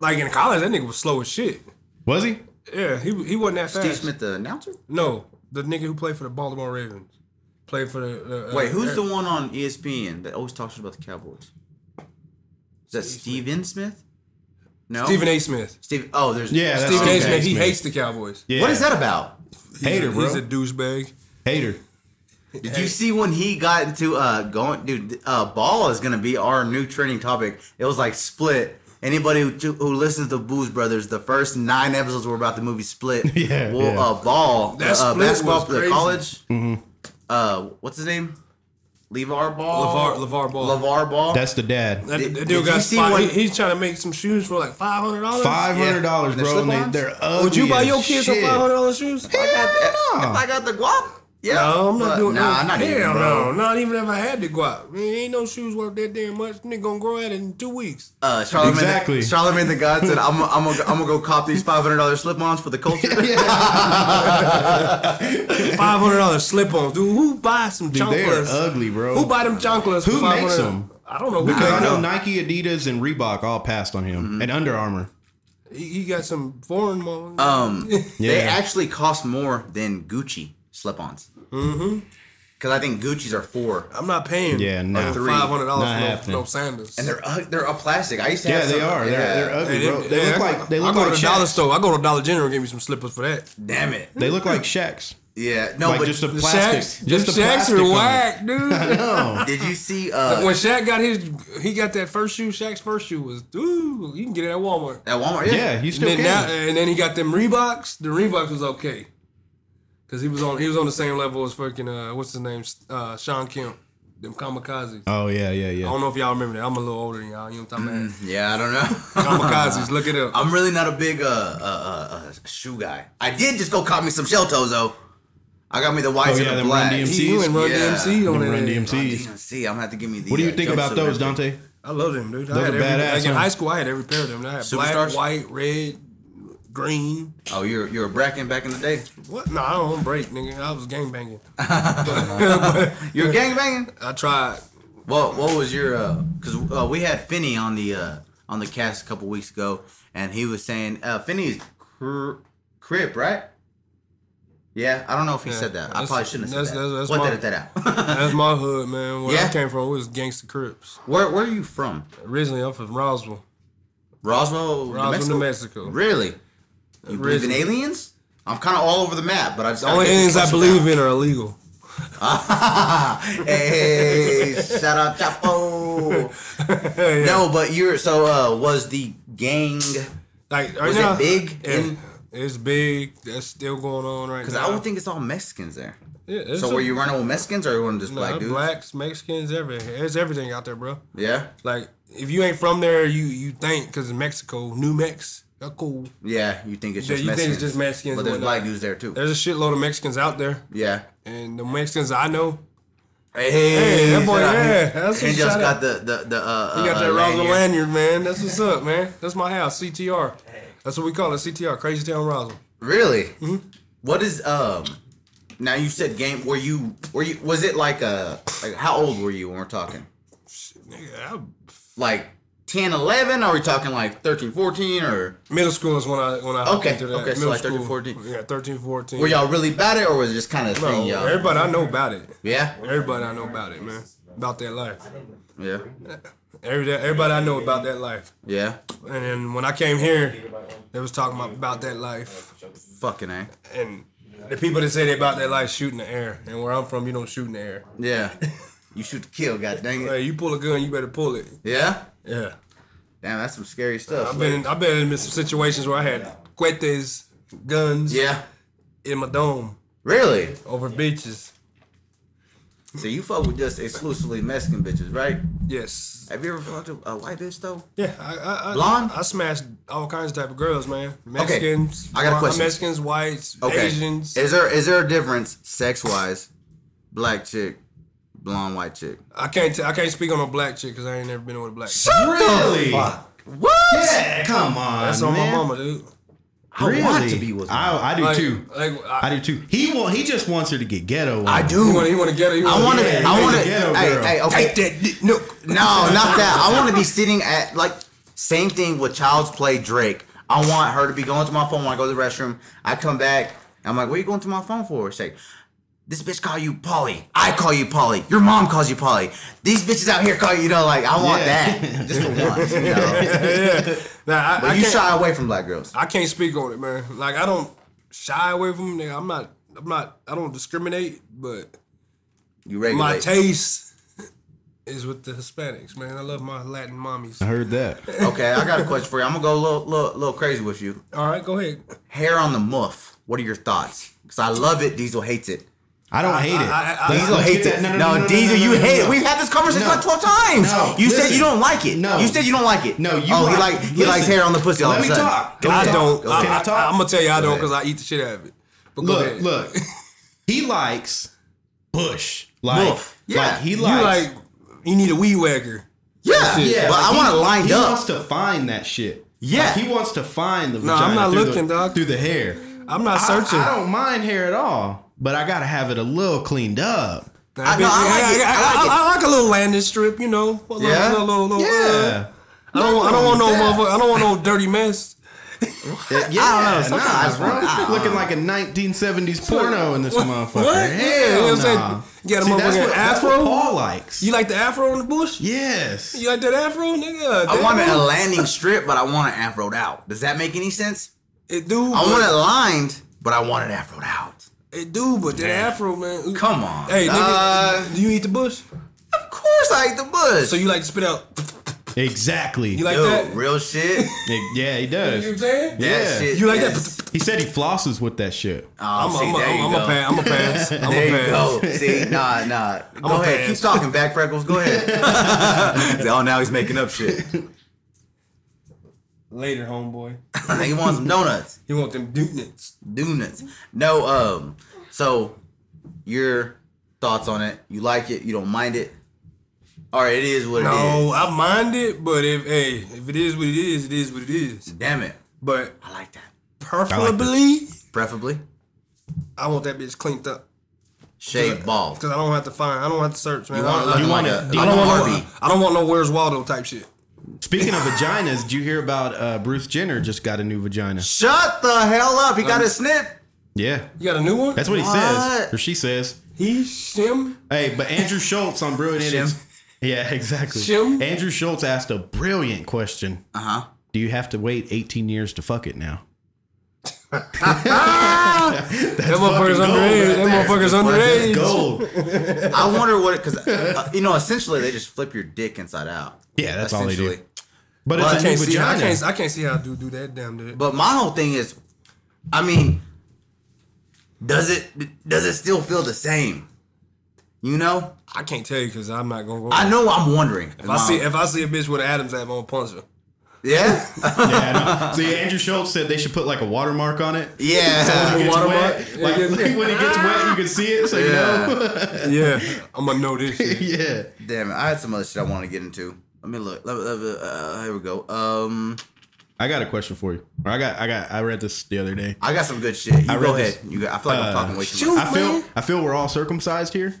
like in college, that nigga was slow as shit. Was he? Yeah, he he wasn't that fast. Steve Smith, the announcer. No, the nigga who played for the Baltimore Ravens played for the. the uh, Wait, who's Air- the one on E ESPN that always talks about the Cowboys? Is that Steven Smith? No. Stephen A. Smith? Steve. Oh, there's. Yeah, that's Stephen Stephen A. Smith. He Smith. hates the Cowboys. Yeah. What is that about? Hater, he's, a- bro. he's a douchebag. Hater. Did you see when he got into uh going, dude? Uh, ball is gonna be our new trending topic. It was like Split. Anybody who, who listens to Booze Brothers, the first nine episodes were about the movie Split. Yeah, Well, yeah. Mm-hmm. Uh, ball. That uh, Split basketball was for the crazy. college. Uh, what's his name? Levar Ball. LeVar- LeVar Ball. Oh. Levar Ball. That's the dad. That, Did- that did dude got you see spot- one- he- he's trying to make some shoes for like five hundred dollars. Five hundred dollars, Yeah. bro. And Slip-ons? they, they're ugly. Would you buy your as kids some shit. five hundred dollars shoes? If I got the, no. if I got the guap. Yeah. No, I'm not But- doing. Nah, no, not hell even, bro. no, not even if I had to go out. Man, ain't no shoes worth that damn much. Nigga gonna grow at it in two weeks. Uh, Charlemagne, Exactly. Charlemagne the God said, "I'm, I'm, gonna, I'm gonna go cop these five hundred dollars slip-ons for the culture." Five hundred dollars slip on, dude. Who buy some Dude, they're chonklers? ugly, bro. Who buy them chonklers? Who for makes $500? them? I don't know who Because I got know him. Nike, Adidas, and Reebok all passed on him, and Under Armour. He, he got some foreign money. Uh, Um, they Yeah. actually cost more than Gucci slip-ons. Mm-hmm. Because I think Gucci's are four, I'm not paying. Yeah, no. like Three. five hundred Not dollars for happening. no, no sandals. and they're ug they're a plastic. I used to. Yeah, have they some- are. yeah. They're, they're ugly, Hey, bro. They hey, look I- like they I look go like to the dollar shacks. store. I go to Dollar General and give me some slippers for that. Damn it. They look like shacks. Yeah. No, Like but just a The plastic. Shaqs, just the a Shaqs plastic. are on it. whack, dude. No. did you see? Uh, when Shaq got his, he got that first shoe. Shaq's first shoe was, ooh, you can get it at Walmart. at Walmart. Yeah, you And still then, now, can. and then he got them Reeboks. The Reeboks was okay, cause he was on he was on the same level as fucking uh, what's his name, uh, Sean Kemp, them Kamikazes. Oh yeah, yeah, I yeah. don't know if y'all remember that. I'm a little older than y'all. You know what I'm talking Yeah, I don't know. Mm. about? Kamikazes. Look it up. I'm really not a big uh, uh, uh, uh shoe guy. I did just go cop me some shell toes though. I got me the whites Oh, and yeah, the them Run black. DMC. He and Run Yeah. DMC on Them it. Run DMCs. DMCs. I'm gonna have to give me the. What do you uh, think about jumpsuit those, right there. Dante? I love them, dude. I Those had are every- badass, Like in huh? high school, I had every pair of them. I had black, Superstars? white, red, green. Oh, you're you're a Bracken back in the day. What? No, I don't on break, nigga. I was gang banging. You're gangbanging. I tried. Well, what was your? Because uh, we had Finney on the uh, on the cast a couple weeks ago, and he was saying uh, Finney's cr- crip, right? Yeah, I don't know if he Yeah, said that. I that's- probably shouldn't have that's- said that's- that's that. What my- edit that out? That's my hood, man. Where Yeah? I came from was gangster Crips. where where are you from? Originally, I'm from Roswell, Roswell, New Roswell, Mexico? New Mexico. Really? You believe in Originally. aliens? I'm kind of all over the map, but I just The only aliens I believe in are illegal. hey, shout out Chapo. No, but you're so uh, was the gang Like right Was it now, big Yeah, in- it's big. That's still going on right because now. I would think it's all Mexicans there. Yeah, it's So a- were you running with Mexicans or you running just Nah, black dudes? blacks, Mexicans, everything. It's everything out there, bro. Yeah, Like if you ain't from there, you you think because Mexico, New Mex, uh, cool. yeah. You think it's Yeah, just you think it's Mexicans? just Mexicans but uh, eh. and there's whatnot. black dudes there too. There's a shitload of Mexicans out there, yeah. and the Mexicans I know, Hey, that boy, shout out. yeah, that's He a just shout got out. the the the uh. You got uh, that Roswell lanyard. lanyard, man. That's what's up, man. That's my house, CTR. That's what we call it, CTR, Crazy Town Roswell. Really? Mm-hmm. What is um? Now you said game. Were you were you? Was it like a like how old were you when we're talking? Nigga, Like 10, 11? Are we talking like 13, 14? Or I- middle school is when I when I hopped Okay, into that. okay, so middle like 13, school. 14. Yeah, 13, 14. were y'all really about it, or was it just kind of No, thing y'all? everybody I know about it. Yeah, Everybody I know about it, man. About that life. yeah, Every everybody I know about that life. yeah. And then when I came here, they was talking about, about that life. Fucking eh. And the people that say they about that life shoot in the air. And where I'm from, you don't shoot in the air. Yeah. You shoot to kill, god dang it. Hey, you pull a gun, you better pull it. Yeah. Yeah. Damn, that's some scary stuff. I've been in, I've been in some situations where I had cohetes, guns yeah. in my dome Really? over bitches. So you fuck with just exclusively Mexican bitches, right? Yes. Have you ever fucked a a white bitch though? Yeah. I, I, I, Blonde? I smashed all kinds of type of girls, man. Mexicans. I got a whi- question. Mexicans, whites, Asians. Is there is there a difference sex wise, black chick, blonde white chick? I can't. T- I can't speak on a black chick because I ain't never been with a black. chick. Really? What? Yeah, come on. That's on man. my mama, dude. I want to be with. one. I, I do Like, too. Like I I, do too. He want. He just wants her to get ghetto. on I him. do. you want. You want to get her. You I want to. get Oh, Yeah, I want to. you wanna Hey, ghetto hey, girl. okay. that dick. No. No, not that. I want to be sitting at like same thing with Child's Play Drake. I want her to be going to my phone when I go to the restroom. I come back. I'm like, what are you going to my phone for? She's like, this bitch call you Polly. I call you Polly. Your mom calls you Polly. These bitches out here call you, you know, like I want Yeah. that just for once. You know? Nah, I, But I you can't- shy away from black girls. I can't speak on it, man. Like I don't shy away from nigga. I'm not. I'm not. I don't discriminate, but You my regulate. taste is with the Hispanics, man. I love my Latin mommies. I heard that. okay, I got a question for you. I'm gonna go a little, little, little crazy with you. All right, go ahead. Hair on the muff. What are your thoughts? Because I love it. Diesel hates it. I don't hate it. I- I- I- Let's- Diesel let's hates get it. that- No, Diesel, you hate it. We've had this conversation No. like twelve times. No. You said Listen. you don't like it. No. You said you don't like it. No, you Oh, he like- like he listen. likes hair on the pussy. All Let of a me sudden. talk. Go I ahead. I don't. Go I, ahead. Can I talk? am gonna tell you I don't ahead. because I eat the shit out of it. But go Look, ahead. look. He likes Bush. Like, Wolf. Yeah. like he you likes. like you need a weed whacker. yeah, shit. yeah. But I he- want it lined He up. wants to find that shit. Yeah. Like, he wants to find the. No, I'm vagina not through looking, the, dog. Through the hair. I'm not I- searching. I, don't mind hair at all, but I gotta have it a little cleaned up. That I know, bitch- I like yeah, it, yeah, I like it. I, I like a little landing strip, you know. A little, Yeah? little, little, little, uh, Yeah. I don't, I don't want no motherfucker. I don't want no dirty mess. Yeah, I yeah, don't know, nah, sometimes, bro. bro, I don't looking like a 1970s porno in this motherfucker. What? Yeah, you know what I'm saying? nah. You got a See, that's motherfucking what, that's what afro? Paul likes. You like the afro in the bush? yes. You like that afro, nigga? I Damn. wanted a landing strip, but I want it afroed out. Does that make any sense? It do. I want it lined, but I want it afroed out. it. It do, but that afro, man. ooh. Come on. Hey, Uh, nigga, do you eat the bush? of course I eat the bush. So you like to spit out? Exactly. You like Yo, that? real shit. yeah, he You know what I'm does. saying? That Yeah. shit. You like yes. that? He said he flosses with that shit. Oh, I'm see, a- there you I'm a go. pass. I'm a pass. I'm a There you pass. go. See, nah, nah. Go a ahead. pass. Keep talking, back freckles. Go ahead. oh, now he's making up shit. Later, homeboy. he wants some donuts. You want them donuts? Donuts. No, um, so your thoughts on it. You like it, you don't mind it. All right, it is what it No, I mind it, but if hey, if it is what it is, it is what it is. is. Damn it. But I like that. preferably, Preferably, I want that bitch cleaned up shaved ball. because I don't have to find, I don't have to search, man. You I want don't- it looking You like want a, it- like you I a don't want Barbie. no, I don't want no where's Waldo type shit. Speaking of vaginas, did you hear about uh, Bruce Jenner just got a new vagina? Shut the hell up. He got a snip. Yeah. You got a new one? That's what he What? says. Or she says. he shim. Hey, but Andrew Schultz on Brewing It Shim. is. Yeah, exactly. Shim. Andrew Schultz asked a brilliant question. Uh huh. Do you have to wait 18 years to fuck it now? That motherfucker's fucking underage. gold That motherfucker's That's underage. Gold. I wonder what it because uh, you know essentially they just flip your dick inside out. Yeah, that's all they do. Essentially. But Well, it's I a I new can't, see, I, vagina. can't, I can't see how dude do that damn dude. But my whole thing is, I mean, does it does it still feel the same? You know, I can't tell you because I'm not gonna go. I know I'm wondering. If I see if I see a bitch with an Adam's apple, I'm gonna punch her. yeah, Yeah, I know. See, Andrew Schultz said they should put like a watermark on it. yeah. When it gets watermark? wet, Yeah, like, yeah. like, when it gets wet, you can see it, so you know. Yeah, I'm gonna know this. Shit. yeah. Damn it! I had some other shit I wanted to get into. Let me look. Let me- let me- uh, here we go. Um, I got a question for you. Or I got, I got, I read this the other day. I got some good shit. You I go read ahead. this- You got, I feel like I'm uh, talking way too shoot. much. I feel, Man. I feel we're all circumcised here.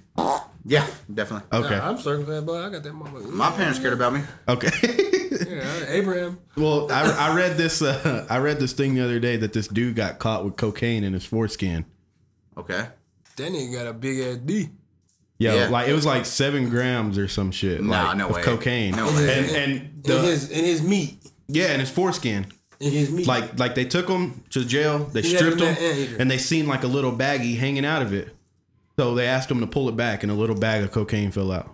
Yeah, definitely. Okay. I'm circumcised, but I got that motherfucker. My parents cared about me. Okay. Yeah, Abraham. well, I, I read this, uh, I read this thing the other day that this dude got caught with cocaine in his foreskin. Okay. That nigga got a big ass D. Yo, Yeah. like it was like seven grams or some shit. Nah, like, no of way. Cocaine. No way. And, and In the, his in his meat. yeah, and his foreskin. In his meat. Like like they took him to jail, they He had stripped him him, in that anteater. and they seen like a little baggie hanging out of it. So they asked him to pull it back, and a little bag of cocaine fell out.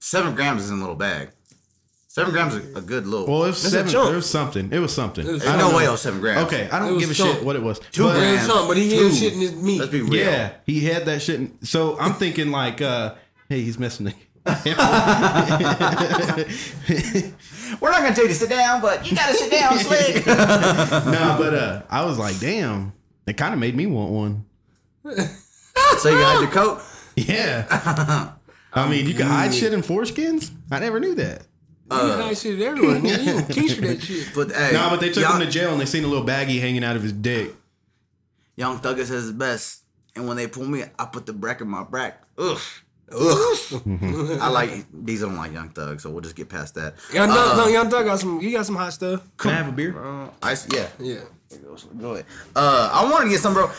Seven grams is in a little bag. Seven grams is a good little. Well, it was a seven. chunk. It was something. It was something. It was- I Ain't don't no know. way it was seven grams. Okay, I It don't was give a chunk. shit what it was. Two But- But grams. something, but he Two. had shit in his meat. Let's be real. Yeah, he had that shit. In, so I'm thinking like, uh, hey, he's missing it. We're not gonna tell you to sit down, but you gotta sit down, slick. no, but uh, I was like, damn, it kind of made me want one. so you got your coat. Yeah. I mean, you can hide shit in foreskins. I never knew that. you hide shit everywhere, nigga. You don't keister that shit. But hey, No, but they took young, him to jail and they seen a little baggie hanging out of his dick. Young Thugger says his best, and when they pull me, I put the brack in my brack. Ugh. Ugh. I like these. Don't like Young Thug, so we'll just get past that. Young Thug, Uh, no, Young Thug got some. He got some hot stuff. Can I have a beer? uh, ice, yeah. Yeah. Go ahead. Uh, I wanted to get some, bro.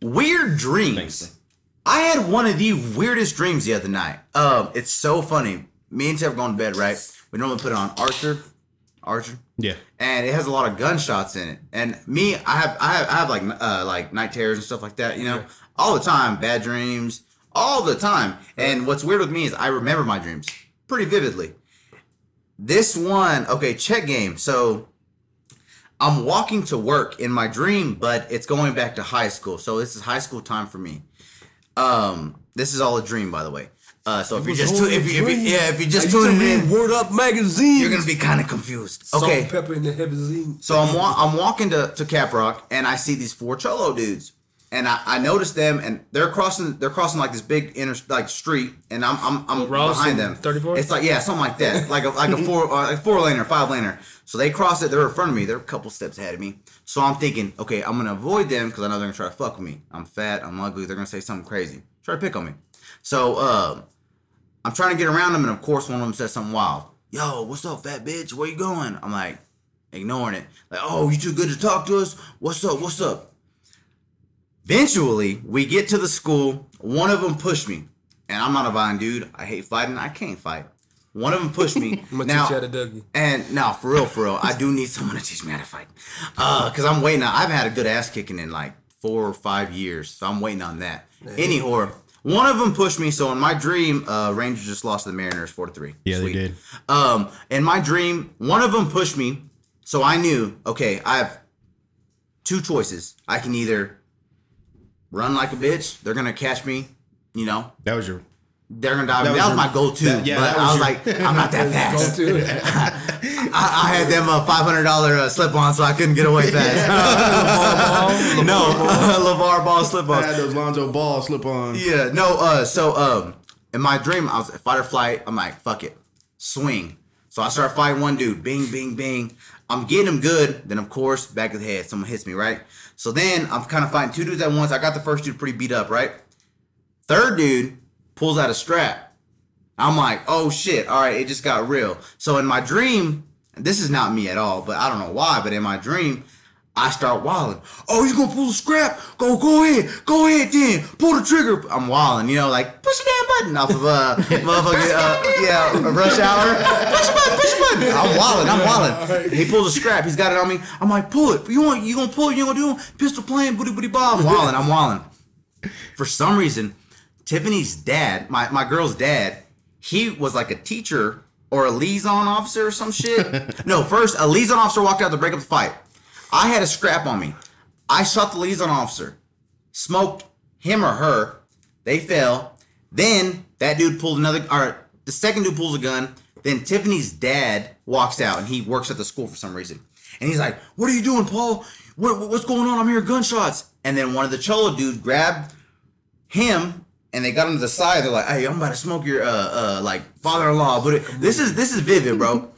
Weird dreams. I had one of the weirdest dreams the other night. Um, it's so funny. Me and Tiff are going to bed, right? We normally put it on Archer. Archer. Yeah. and it has a lot of gunshots in it. And me, I have, I have, I have like, uh, like night terrors and stuff like that. You know, all the time, bad dreams, all the time. And what's weird with me is I remember my dreams pretty vividly. This one, okay, check game. So I'm walking to work in my dream, but it's going back to high school. So this is high school time for me. Um, this is all a dream, by the way. Uh, so if you're just tu- if you, if you, yeah if you're just tuning in, Word Up magazine. you're gonna be kind of confused. Salt Okay, and pepper in the magazine. so I'm wa- I'm walking to, to Caprock and I see these four cholo dudes. And I, I notice them and they're crossing they're crossing like this big inner like street and I'm I'm, I'm Ross behind them. and 34? It's like yeah, something like that. Like a like a four uh, like four laner, five laner. So they cross it, they're in front of me, they're a couple steps ahead of me. So I'm thinking, okay, I'm gonna avoid them because I know they're gonna try to fuck with me. I'm fat, I'm ugly, they're gonna say something crazy. Try to pick on me. So uh, I'm trying to get around him, and of course, one of them says something wild. Yo, what's up, fat bitch? Where you going? I'm like, ignoring it. Like, oh, you too good to talk to us? What's up? What's up? Eventually, we get to the school. One of them pushed me, and I'm not a vine dude. I hate fighting. I can't fight. One of them pushed me. I'm gonna now, teach you how to Dougie. and no, for real, for real, I do need someone to teach me how to fight. Uh, cause I'm waiting. On, I've had a good ass kicking in like four or five years, so I'm waiting on that. Anyhow, one of them pushed me. So in my dream, uh, Rangers just lost to the Mariners four to three. Yeah, they did. Um, in my dream, one of them pushed me, so I knew. Okay, I have two choices. I can either run like a bitch. They're gonna catch me. You know, That was your. they're gonna dive. That, That was was my your- go-to. that- yeah, but that was I was your- like, I'm not that fast. Go to it. I, I had them uh, five hundred dollar uh, slip on, so I couldn't get away fast. Ball, no, Levar Ball slip I on. had those Lonzo Ball slip on. Yeah, no. Uh, so um, in my dream, I was at fight or flight. I'm like, fuck it, swing. So I start fighting one dude. Bing, bing, bing. I'm getting him good. Then of course, back of the head, someone hits me. Right. So then I'm kind of fighting two dudes at once. I got the first dude pretty beat up. Right. Third dude pulls out a strap. I'm like, oh shit, all right, it just got real. So in my dream, and this is not me at all, but I don't know why, but in my dream, I start wilding. Oh, you gonna pull the scrap? Go, go ahead, go ahead then, pull the trigger. I'm wilding, you know, like push the damn button off of uh, motherfucking uh, yeah, rush hour. Push the button, push the button. I'm wilding, I'm wilding. He pulls a scrap, he's got it on me. I'm like, pull it. You want? You gonna pull? it? You gonna do? it? Pistol playing, booty booty ball. I'm wilding, I'm wilding for some reason, Tiffany's dad, my, my girl's dad, he was like a teacher or a liaison officer or some shit. no, first, a liaison officer walked out to break up the fight. I had a scrap on me. I shot the liaison officer, smoked him or her. They fell. Then that dude pulled another, or the second dude pulls a gun. Then Tiffany's dad walks out and he works at the school for some reason. And he's like, What are you doing, Paul? What, what's going on? I'm hearing gunshots. And then one of the Cholo dudes grabbed him and they got him to the side. They're like, "Hey, I'm about to smoke your uh uh like father-in-law." But this is this is vivid, bro.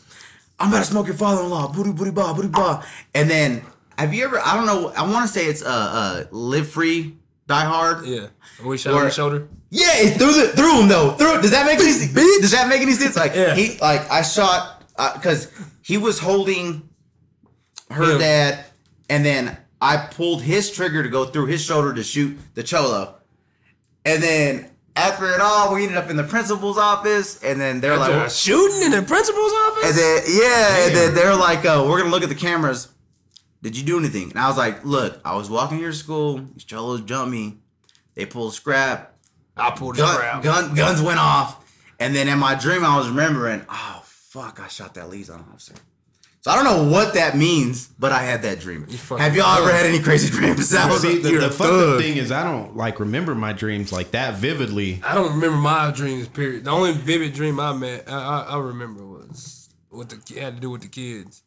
I'm about to smoke your father-in-law. Booty booty ba booty ba. And then have you ever? I don't know. I want to say it's uh uh live free, die hard. Yeah. We shot on the Or- shoulder. Yeah, it's through the through him though. Through does that make any sense? Does that make any sense? Like Yeah. he like I shot because he was holding her Him. dad, and then I pulled his trigger to go through his shoulder to shoot the cholo, and then after it all, we ended up in the principal's office, and then they're like, After a shooting in the principal's office? and then yeah, and then they're like, uh, we're gonna look at the cameras. Did you do anything? And I was like, look, I was walking here to school. These cholos jumped me. They pulled scrap I pulled the gun, crap. gun, guns went off, and then in my dream I was remembering, oh fuck, I shot that liaison officer. So I don't know what that means, but I had that dream. fucking Have y'all ever thug. had any crazy dreams? That was See, the, you're the a fucked thug. up thing is, I don't like remember my dreams like that vividly. I don't remember my dreams. Period. The only vivid dream I met, I, I, I remember was what the had to do with the kids,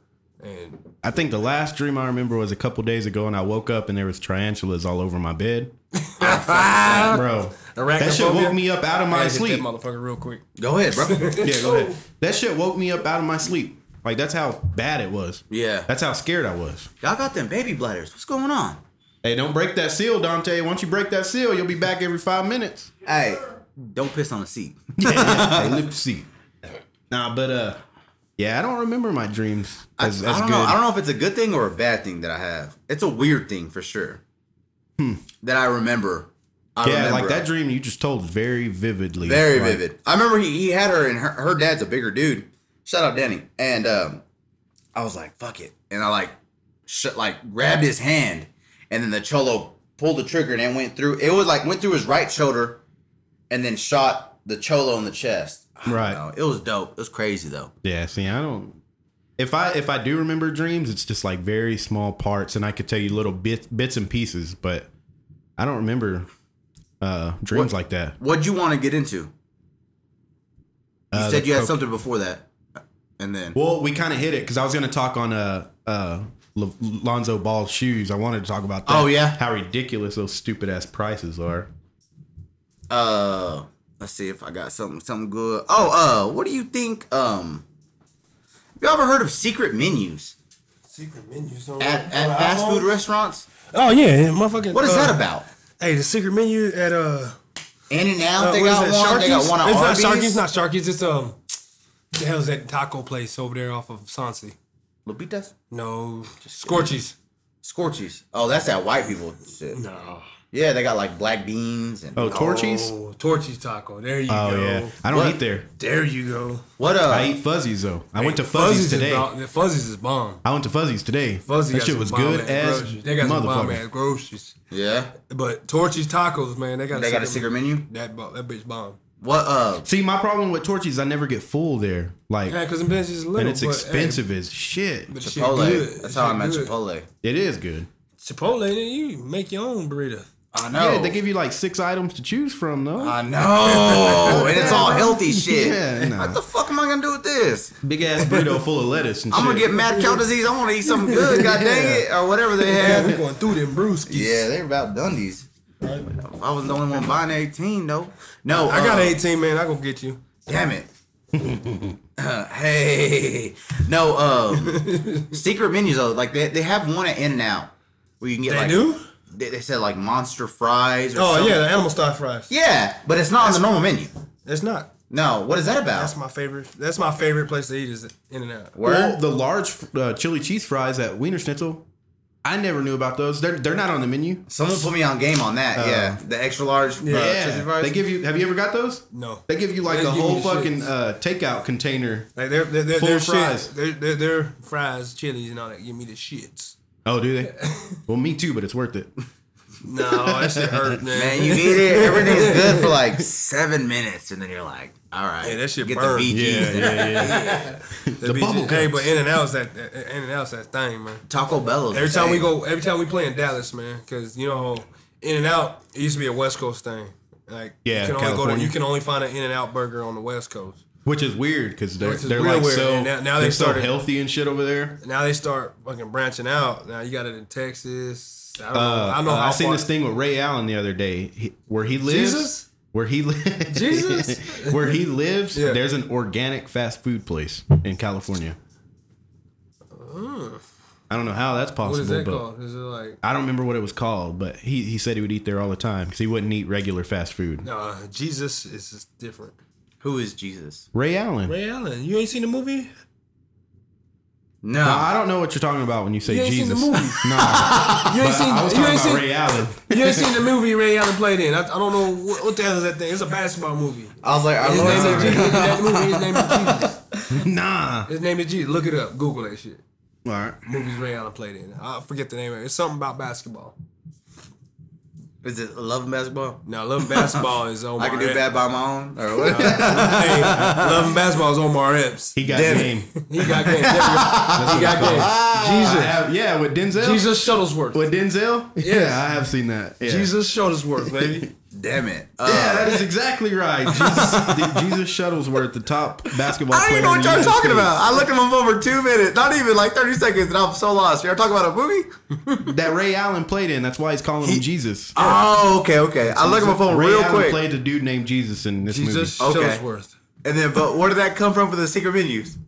and I think the last dream I remember was a couple days ago, and I woke up and there was tarantulas all over my bed, bro. That shit woke me up out of I my hit that sleep. motherfucker real quick. Go ahead, bro. Yeah, go ahead. That shit woke me up out of my sleep. Like that's how bad it was. yeah, That's how scared I was. y'all got them baby bladders. What's going on? Hey, don't break that seal, Dante. Once you break that seal, you'll be back every five minutes. Hey, don't piss on the seat. hey, lift the seat. Nah, but uh, yeah, I don't remember my dreams as, I as don't good. know. I don't know if it's a good thing or a bad thing that I have. It's a weird thing for sure. That I remember. I yeah, remember like that dream you just told very vividly. Very Like, vivid. I remember he, he had her, and her, her dad's a bigger dude. Shout out Danny. And um, I was like, fuck it. And I like, sh- like grabbed his hand, and then the cholo pulled the trigger and it went through. It was like went through his right shoulder, and then shot the cholo in the chest. I don't Right. know. It was dope. It was crazy though. Yeah, see, I don't. If I if I do remember dreams, it's just like very small parts, and I could tell you little bits bits and pieces, but I don't remember uh What- dreams like that. What'd you want to get into? You Uh, said the you had coke- something before that, and then Well, we kind of hit it because I was going to talk on uh uh L- Lonzo Ball's shoes. I wanted to talk about that. Oh, yeah? how ridiculous those stupid ass prices are. uh let's see if I got something something good. Oh, uh, what do you think? Um have you ever heard of secret menus Secret menus at, at fast food restaurants? Oh yeah, motherfucking. What is uh, that about? Hey, the secret menu at uh In and out, Uh, they what got is that, one. They got Sharky's? one on It's Arby's. not Sharky's. It's not Sharky's. It's um, the hell's that taco place over there off of Sansi? Lupitas, No, Scorchies. Scorchies. Oh, that's that white people shit. No. Yeah, they got like black beans and Oh, Torchies? Oh, Torchy's taco. There you Oh, go. yeah. I don't What? eat there. There you go. what? Uh, I eat fuzzies though. I went to fuzzies, Is today. bomb. The Fuzzies is bomb. I went to fuzzies today. Fuzzies that shit was good as They got some bomb ass motherfucker. groceries. yeah, But Torchy's tacos, man, they got they got a secret menu. That bo- that bitch bomb. What? Uh, See, my problem with Torchies, I never get full there. Like, Yeah, because the bitch is little. and it's but, hey, expensive as shit. but shit Chipotle. good. That's how I Shit met good. Chipotle. It is good. Chipotle, then you make your own burrito. I know. Yeah, they give you like six items to choose from though. I know, and it's all healthy shit. Yeah, nah. What the fuck am I gonna do with this? Big ass burrito full of lettuce and I'm gonna shit. get mad cow disease. I want to eat something good. God dang it, or whatever they Yeah, we have. going through them brewskis. Yeah, they're about done these. I was the only one buying 18 though. No, I got uh, 18, man. I gonna get you. Damn it. Uh, hey, no. Um, secret menus though, like they, they have one at In and Out where you can get They like do? They, they said like monster fries. Or Oh something. yeah, the animal style fries. yeah, but it's not on the normal menu. It's not. No, what is that about? That's my favorite. That's my favorite place to eat is In and Out. Word? Well, the large uh, chili cheese fries at Wiener Schnitzel. I never knew about those. They're they're not on the menu. Someone put me on game on that. Oh. yeah, the extra large. Yeah, uh, chicken fries. they give you. Have you ever got those? No. They give you like They a give you whole the shits. fucking uh, takeout container. Like they're they're, they're, Full they're fries. Shit. They're, they're, they're fries, chilies, and all that. Give me the shits. Oh, do they? well, me too, but it's worth it. No, that shit hurt, man. Man, you eat it. Everything's good for like seven minutes, and then you're like, all right, Yeah, that shit get burn. the BGs. yeah, yeah. the bubble Hey, guts. but In and Out's that In and Out's that thing, man. Taco Bell's. Every time we insane. go, every time we play in Dallas, man, because you know In and Out it used to be a West Coast thing. Like Yeah, you can only go to California. you can only find an In and Out burger on the West Coast. Which is weird because they're Which is they're real like weird, so and now- now they they are so started- healthy and shit over there. Now they start fucking branching out. Now you got it in Texas. I don't know. Uh, I don't know uh, how I seen far- this thing with Ray Allen the other day, He- where he lives. Jesus? Where he lives. Jesus? where he lives. Yeah. There's an organic fast food place in California. I don't know how that's possible, Hmm. What is that but called? Is it like I don't remember what it was called. But he, he said he would eat there all the time because he wouldn't eat regular fast food. no? Jesus is just different. Who is Jesus? Ray Allen. Ray Allen, you ain't seen the movie? No, Uh, I don't know what you're talking about when you say You ain't seen the Jesus. movie. no, I You ain't seen. was you talking about ain't seen. Ray Allen. You ain't seen the movie Ray Allen played in. I, I don't know what, what the hell is that thing. It's a basketball movie. I was like, I His love name is that. Jesus. That movie, his name is Jesus. nah. His name is Jesus. Look it up. Google that shit. All right. Movies Ray Allen played in. I forget the name of it. It's something about basketball. Is it Love and Basketball? Now, loving basketball is Omar. I can do Epps. bad by my own. Or what? Hey, loving basketball is Omar Epps. He, He got Damn it. game. got game. There you go. He got game. I Jesus. have- yeah, with Denzel. Jesus Shuttlesworth. With Denzel? Yes. Yeah, I have seen that. Yeah. Jesus Shuttlesworth, baby. Damn it. Yeah, Uh, that is exactly right. Jesus, the, Jesus Shuttlesworth, the top basketball I don't player. even know in what the y'all United talking States. about. I looked him up over two minutes, not even like 30 seconds, and I'm so lost. Y'all talking about a movie? That Ray Allen played in. That's why he's calling him Jesus. Oh, okay, okay. I looked him up on Ray real Allen quick. played a dude named Jesus in this Jesus movie. Okay. Shuttlesworth. And then, but where did that come from for the secret menus?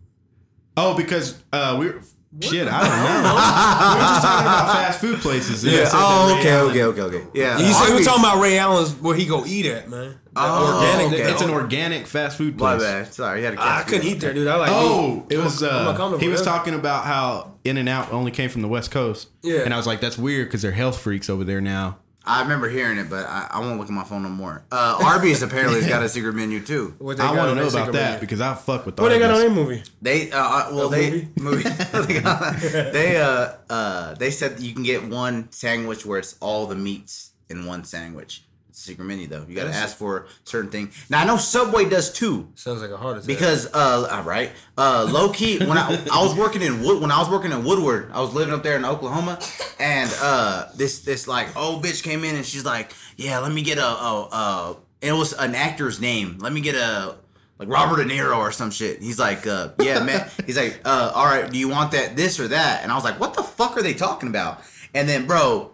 Oh, because uh, we're shit. I don't know. we were just talking about fast food places. and I said that Oh, Ray okay, Allen- okay, okay, okay. Yeah. You said we Arby's. talking about Ray Allen's where he go eat at, man. That Oh, organic. okay. It's an organic fast food My place. bad. Sorry, you had a I Ah, couldn't eat there, dude. I like. Oh, it was. I'm not Uh, comfortable he was there. talking about how In and Out only came from the West Coast. Yeah. and I was like, that's weird because they're health freaks over there now. I remember hearing it, but I, I won't look at my phone no more. Uh, Arby's apparently has got a secret menu too. What they I got want to on know their about secret that menu. because I fuck with the What they got on Arby's. their movie? They uh, uh well A they movie they, got- they, uh uh they said that you can get one sandwich where it's all the meats in one sandwich. It's a secret menu though. You got to That's- ask for a certain thing. Now I know Subway does too. Sounds like a heart attack. Because uh, all right, uh, low key when I, I was working in Wood when I was working in Woodward, I was living up there in Oklahoma, and uh, this this like old bitch came in and she's like, yeah, let me get a, a, a and it was an actor's name. Let me get a like Robert De Niro or some shit. He's like, uh, yeah, man. He's like, uh, all right, do you want that this or that? And I was like, what the fuck are they talking about? And then bro,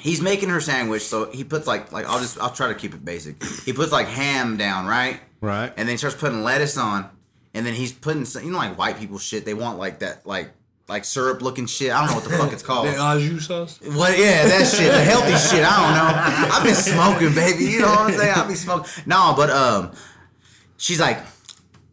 he's making her sandwich, so he puts like like I'll just I'll try to keep it basic. He puts like ham down, right? Right. And then he starts putting lettuce on, and then he's putting some, you know like white people shit. They want like that like like syrup looking shit. I don't know what the fuck it's called. That au jus sauce? Well, yeah, that shit, the healthy shit. I don't know. I've been smoking, baby. You know what I'm saying? I've been smoking. No, but um, she's like,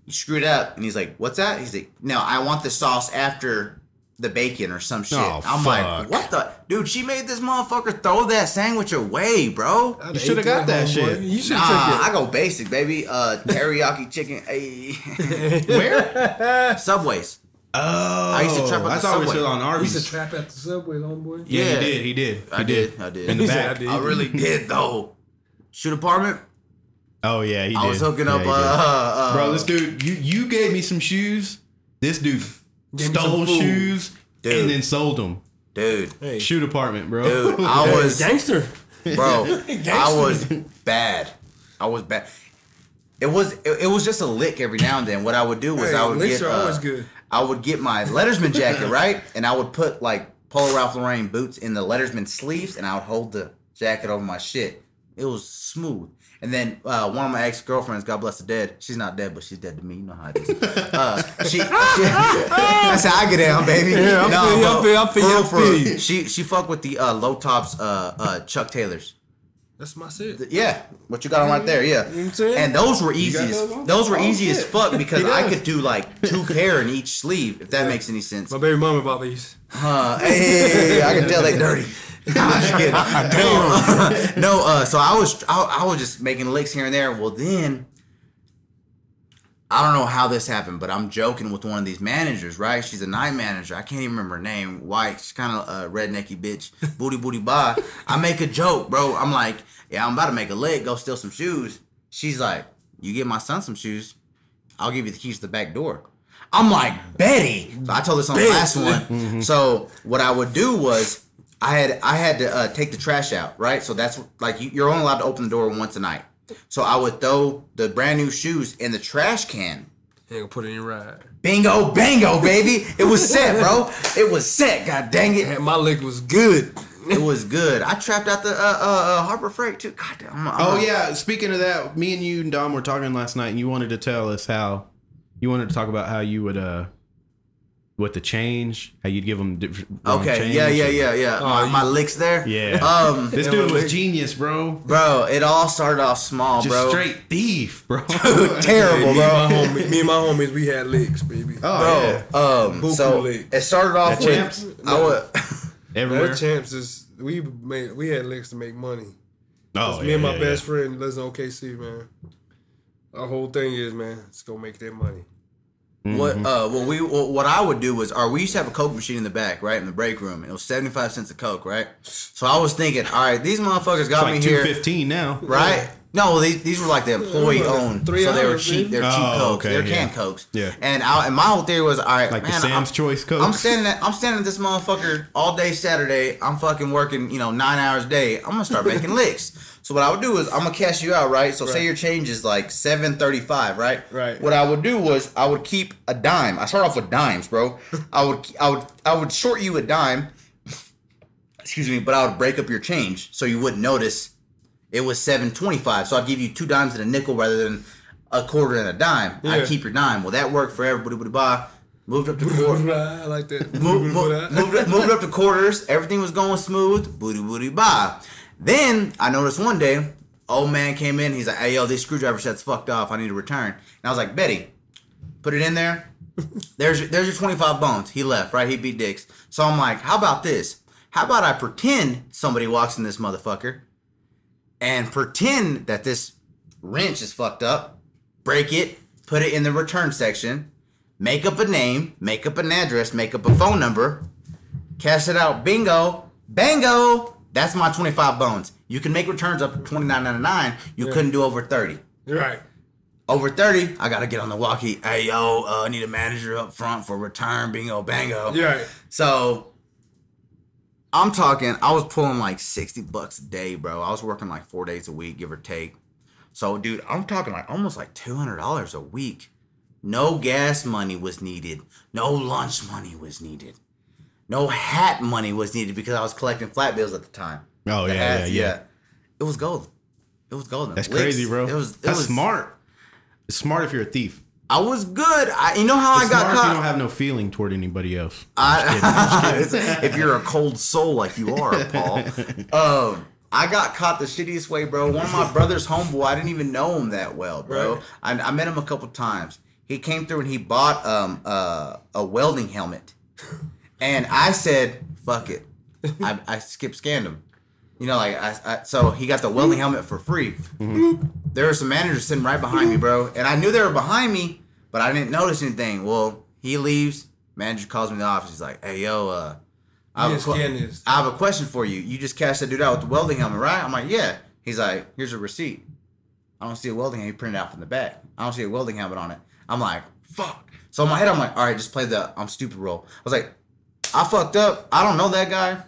you screwed up, and he's like, what's that? He's like, no, I want the sauce after the bacon or some shit. Oh, I'm fuck. like, what the dude? She made this motherfucker throw that sandwich away, bro. I'd You ate shoulda got that homeboy. shit. You should Nah, have I go basic, baby. Uh, teriyaki chicken. Hey, took it. Where? Subways. Oh, I used to trap at I the thought we were Subway. still on I used to Arby's. trap at the subway, homeboy. yeah, Yeah. he did. He did. He I did, I did. In the He back. said, "I did." I really did though. Shoe department. Oh yeah, he did. I was hooking Yeah, up. he Uh, did. uh, bro, this dude, you you gave me some shoes. This dude Gave me stole some food. shoes Dude. and then sold them. dude. Hey, Shoe department, bro. Dude, I was gangster. bro. I Gangster. was bad. I was bad. It was it, it was just a lick every now and then. What I would do was Hey, I would licks get are uh, always good. I would get my Lettersman jacket right, and I would put like Polo Ralph Lauren boots in the Lettersman sleeves, and I would hold the jacket over my shit. It was smooth. And then uh, one of my ex girlfriends, God bless her dead. She's not dead, but she's dead to me. You know how it is. Uh, she, she- that's how I get down, baby. Yeah, I feel you, I bro, feel you, I feel for you, I real, for real. feel you. She she fucked with the uh, low tops uh, uh, Chuck Taylors. That's my shit. Yeah, what you got on right there, yeah. know what I'm saying? And those were easy got as those on? those, were Oh, easy as shit. fuck because He I does. could do like two pair in each sleeve if that makes any sense. My baby mama bought these. Uh, hey, hey, hey, hey, I can tell they dirty. I'm just kidding. No, no. Uh, so I was I, I was just making licks here and there. Well, then I don't know how this happened, but I'm joking with one of these managers, right? She's a night manager. I can't even remember her name. White. She's kind of a rednecky bitch. Booty booty bye. I make a joke, bro. I'm like, yeah, I'm about to make a leg. Go steal some shoes. She's like, you get my son some shoes. I'll give you the keys to the back door. I'm like Betty. So I told this on the last one. Mm-hmm. So what I would do was I had I had to uh, take the trash out, right? So that's like you, you're only allowed to open the door once a night. So I would throw the brand new shoes in the trash can. You ain't gonna put it in your ride. Bingo, bango, baby. It was set, bro. It was set. God dang it. And my lick was good. It was good. I trapped out the uh, uh, uh, Harbor Freight too. God damn. I'm, I'm Oh yeah. Speaking of that, me and you and Dom were talking last night, and you wanted to tell us how you wanted to talk about how you would uh, what the change, how you'd give them different. um, Okay. Yeah, yeah, yeah, yeah. my, you- my licks there. Oh, yeah. Um, This dude was genius, bro. bro, it all started off small, Just bro. straight thief, bro. terrible, me, bro. Ah. And my homie, me and my homies, we had licks, baby. Oh Bro, um, Buku so league. it started off The with champs? I would, yeah, Our everywhere. champs is we made we had licks to make money. Oh, me and my best friend lives in OKC, man. Our whole thing is, man, let's go make that money. Mm-hmm. what uh what we what what I would do was or we used to have a coke machine in the back right in the break room and it was seventy five cents a coke right so I was thinking all right these motherfuckers got Like me two here fifteen now. right no well, these these were like the employee owned Three so they were hours, cheap dude. they're cheap Oh, cokes okay, they're yeah. canned cokes Yeah. and I and my whole theory was all right Like man, the Sam's I'm, Choice Coke. I'm standing at I'm standing at this motherfucker all day Saturday. I'm fucking working, you know, nine hours a day. I'm gonna start making licks. So what I would do is I'm gonna cash you out, right? So say your change is like seven thirty five, right? Right. What I would do was I would keep a dime. I start off with dimes, bro. I would I would I would short you a dime. Excuse me, but I would break up your change so you wouldn't notice it was seven twenty five. So I'd give you two dimes and a nickel rather than a quarter and a dime. Yeah. I'd keep your dime. Well, that worked for everybody. Blah, blah, blah. Moved up to four I like that. moved, moved, moved, up- moved up to quarters. Everything was going smooth. Booty booty bye. Then I noticed one day, old man came in. He's like, "Hey yo, this screwdriver set's fucked off. I need to return." And I was like, "Betty, put it in there. There's your, there's your 25 bones." He left. Right? He beat dicks. So I'm like, "How about this? How about I pretend somebody walks in this motherfucker, and pretend that this wrench is fucked up, break it, put it in the return section." make up a name, make up an address, make up a phone number, cash it out, bingo, bango. That's my 25 bones. You can make returns up to 29.99. You couldn't do over 30. You're right. Over 30, I gotta get on the walkie. Hey yo, uh, I need a manager up front for return, bingo, bango. You're right. So I'm talking, I was pulling like 60 bucks a day, bro. I was working like four days a week, give or take. So, dude, I'm talking like almost like $200 a week. No gas money was needed. No lunch money was needed. No hat money was needed because I was collecting flat bills at the time. Oh, The yeah, hats, yeah, yeah. It was golden. It was golden. That's Licks. crazy, bro. It was. It That's was smart. It's smart if you're a thief. I was good. I, you know how I It's got smart if you don't caught. have no feeling toward anybody else. I, if you're a cold soul like you are, Paul, um, I got caught the shittiest way, bro. One of my brother's homeboy, I didn't even know him that well, bro. Right. I, I met him a couple times. He came through and he bought um, uh, a welding helmet, and I said, "Fuck it," I, I skip scanned him. You know, like I, I so he got the welding helmet for free. There were some managers sitting right behind me, bro, and I knew they were behind me, but I didn't notice anything. Well, he leaves. Manager calls me in the office. He's like, "Hey, yo, uh, I You have, a didn't scan que- this. I have a question for you. You just cashed that dude out with the welding helmet, right?" I'm like, "Yeah." He's like, "Here's a receipt. I don't see a welding helmet printed out from the back. I don't see a welding helmet on it." I'm like, "Fuck." So in my head, I'm like, "All right, just play the I'm stupid role." I was like, "I fucked up. I don't know that guy."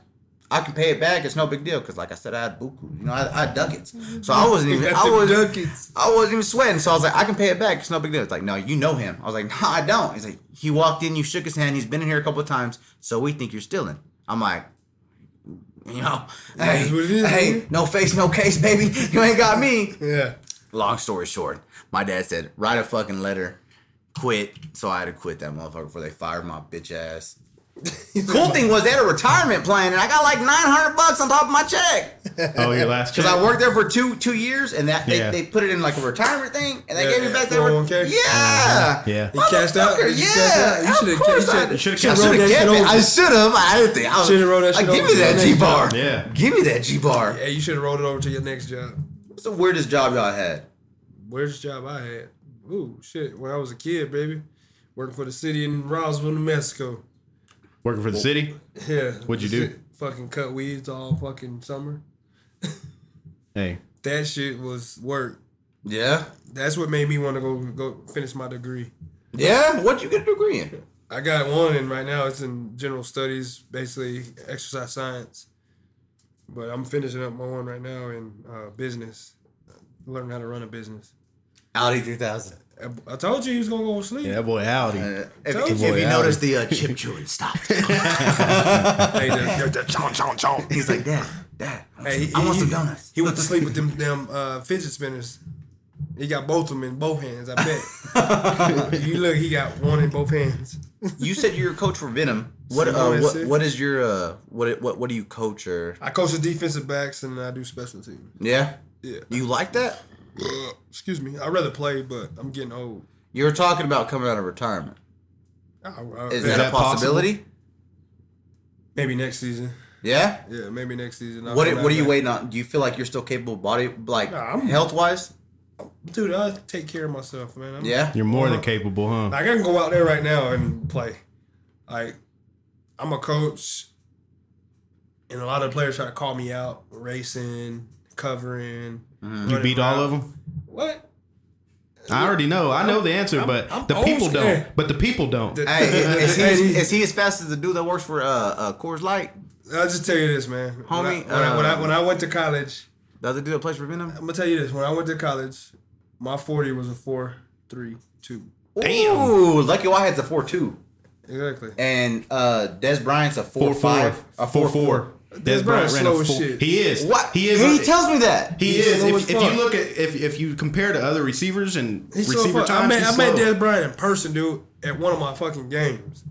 I can pay it back. It's no big deal because, like I said, I had buku. You know, I, I had ducats, so I wasn't even. I was ducats. I wasn't even sweating. So I was like, I can pay it back. It's no big deal. It's like, no, you know him. I was like, no, I don't. He's like, he walked in, you shook his hand. He's been in here a couple of times. So we think you're stealing. I'm like, you know, hey, is what it is, hey, baby. no face, no case, baby. You ain't got me. Yeah. Long story short, my dad said, write a fucking letter, quit. So I had to quit that motherfucker before they fired my bitch ass. cool thing was they had a retirement plan, and I got like 900 bucks on top of my check. oh, your last Because check? I worked there for two two years, and that they, Yeah. they put it in like a retirement thing, and they Yeah, gave me back that. re- 401k. Yeah, Yeah. You cashed out? Motherfucker, Did you yeah. cash out? You should've- of course you I should've- did. you should've I cashed should've that shit kept it. over. I should have. I didn't think. I was, Should've rolled that shit like, give me over to that the G next bar. job. Yeah. Give me that G bar. Hey, you should have rolled it over to your next job. What's the weirdest job y'all had? Worst job I had. Ooh, shit. When I was a kid, baby. Working for the city in Roswell, New Mexico. Working for the city? Yeah. What'd you do? Fucking cut weeds all fucking summer. Hey. That shit was work. Yeah, That's what made me want to go go finish my degree. yeah. What you get a degree in? I got one, and right now it's in general studies, basically exercise science. But I'm finishing up my one right now in uh, business, learning how to run a business. Audi 3000. I, I told you he was gonna go to sleep. Yeah, boy, howdy. Uh, if, Told if you. you Boy, notice the uh, chip chewing stopped. Hey, the- He's like, Dad, Dad, hey, he- I want he- some donuts. He went to sleep with them damn uh, fidget spinners. He got both of them in both hands. I bet. you look, he got one in both hands. You said you're a coach for Venom. What See, uh, you what see? what is your uh what what what do you coach or I coach the defensive backs and I do special teams. yeah Yeah. Uh, you like that? Excuse me. I'd rather play, but I'm getting old. You were talking about coming out of retirement. I, I, Is, yeah, that, that a possibility? maybe next season? Yeah. Yeah, maybe next season. I'll What come what are out you back. waiting on? Do you feel like you're still capable body like Nah, I'm- health wise? dude? I take care of myself, man. I'm, Yeah. You're more than capable, huh? Like, I can go out there right now and play. Like, I'm a coach, and a lot of players try to call me out, racing, covering. Mm-hmm. You beat all of them? What? I already know. I know the answer, but I'm the old people scared. don't. But the people don't. The- Hey, is he, Hey, is he as fast as the dude that works for uh, uh Coors Light? I'll just tell you this, man. When I- Homie, when I, when, I, uh, when I went to college, The other dude that plays for Venom? I'm gonna tell you this. When I went to college, my 40 was a four, three, two. Damn. Ooh, Lucky Whitehead's a four two. Exactly. And uh Des Bryant's a four, four five. four. A four four four. Des Bryant Bryant ran a slow as four- shit. He is. What He is. He tells me that. He He's is. slow If, as if fuck. you look at if if you compare to other receivers and He's so receiver fuck- times, I met, he's I met slow. Des Bryant in person, dude, at one of my fucking games.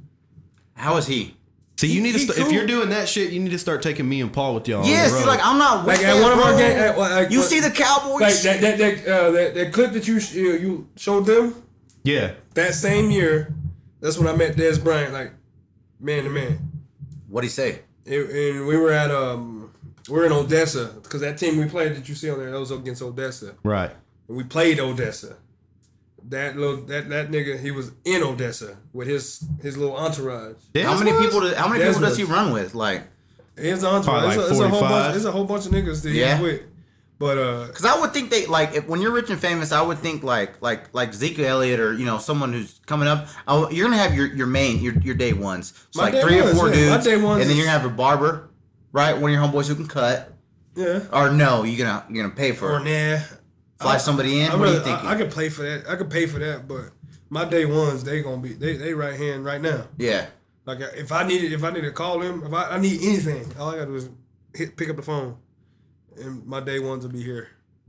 How is he? See, you need to he st- cool. if you're doing that shit, you need to start taking me and Paul with y'all. on the Yes, road. like I'm not with Like, at that, one of our bro. ga- at- like, you what- see the Cowboys? Like that that that, uh, that that clip that you sh- you you showed them yeah. that same year. That's when I met Des Bryant, like man to man. What'd he say? It- and we were at um we were in Odessa because that team we played that you see on there that was against Odessa. Right. And we played Odessa. That little that that nigga he was in Odessa with his his little entourage. How Des many was? people? Do, how many Des people does was. he run with? Like, His entourage. Probably like it's, a, it's a whole 45. bunch. It's a whole bunch of niggas that Yeah. he's with. But uh, cause I would think they like if, when you're rich and famous, I would think like like like Zeke Elliott or you know someone who's coming up. I w you're gonna have your your main your your day ones, so My like day three or ones, four yeah. My dudes, day and ones then is- you're gonna have a barber, right? One of your homeboys who can cut, yeah, or no, you're gonna you're gonna pay for or it. nah, fly somebody in. I, what really, are you thinking? I, I could play for that. I could pay for that, but my day ones, they gonna be they, they right hand right now. yeah, Like if I needed if I need to call him, if I, I need anything, all I gotta do is hit pick up the phone, and my day ones will be here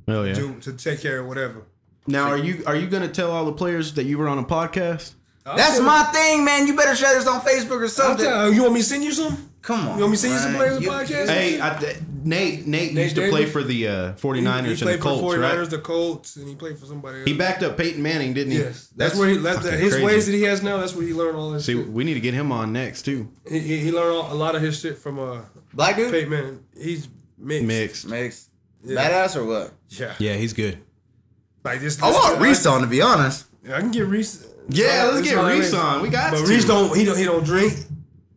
Oh yeah. to to take care of whatever. Now, are you are you gonna tell all the players that you were on a podcast? That's my thing, man. You better share this on Facebook or I'll something. tell- you want me to send you some? Come on. You want me to send you some man. players of the You- podcast? Hey, I, th- Nate Nate Nate used to play Davis? for the uh, He- 49ers he, and the played Colts, for 49ers, right? the Colts, and he played for somebody else. He backed up Peyton Manning, didn't he? yes, that's, where he left fucking his crazy. ways that he has now. That's where he learned all his. See, shit. we need to get him on next too. He, he, he learned all, a lot of his shit from uh, Black dude? Peyton Manning. He's mixed. Mixed. Mix. Yeah. Badass or what? Oh, yeah, Yeah, he's good. Like this. I this- want Reese on, to be honest. I, I can get Reese. Yeah, Uh, let's this get my Reese man. on. We got But to. Ah. Reese don't. He don't. He don't drink.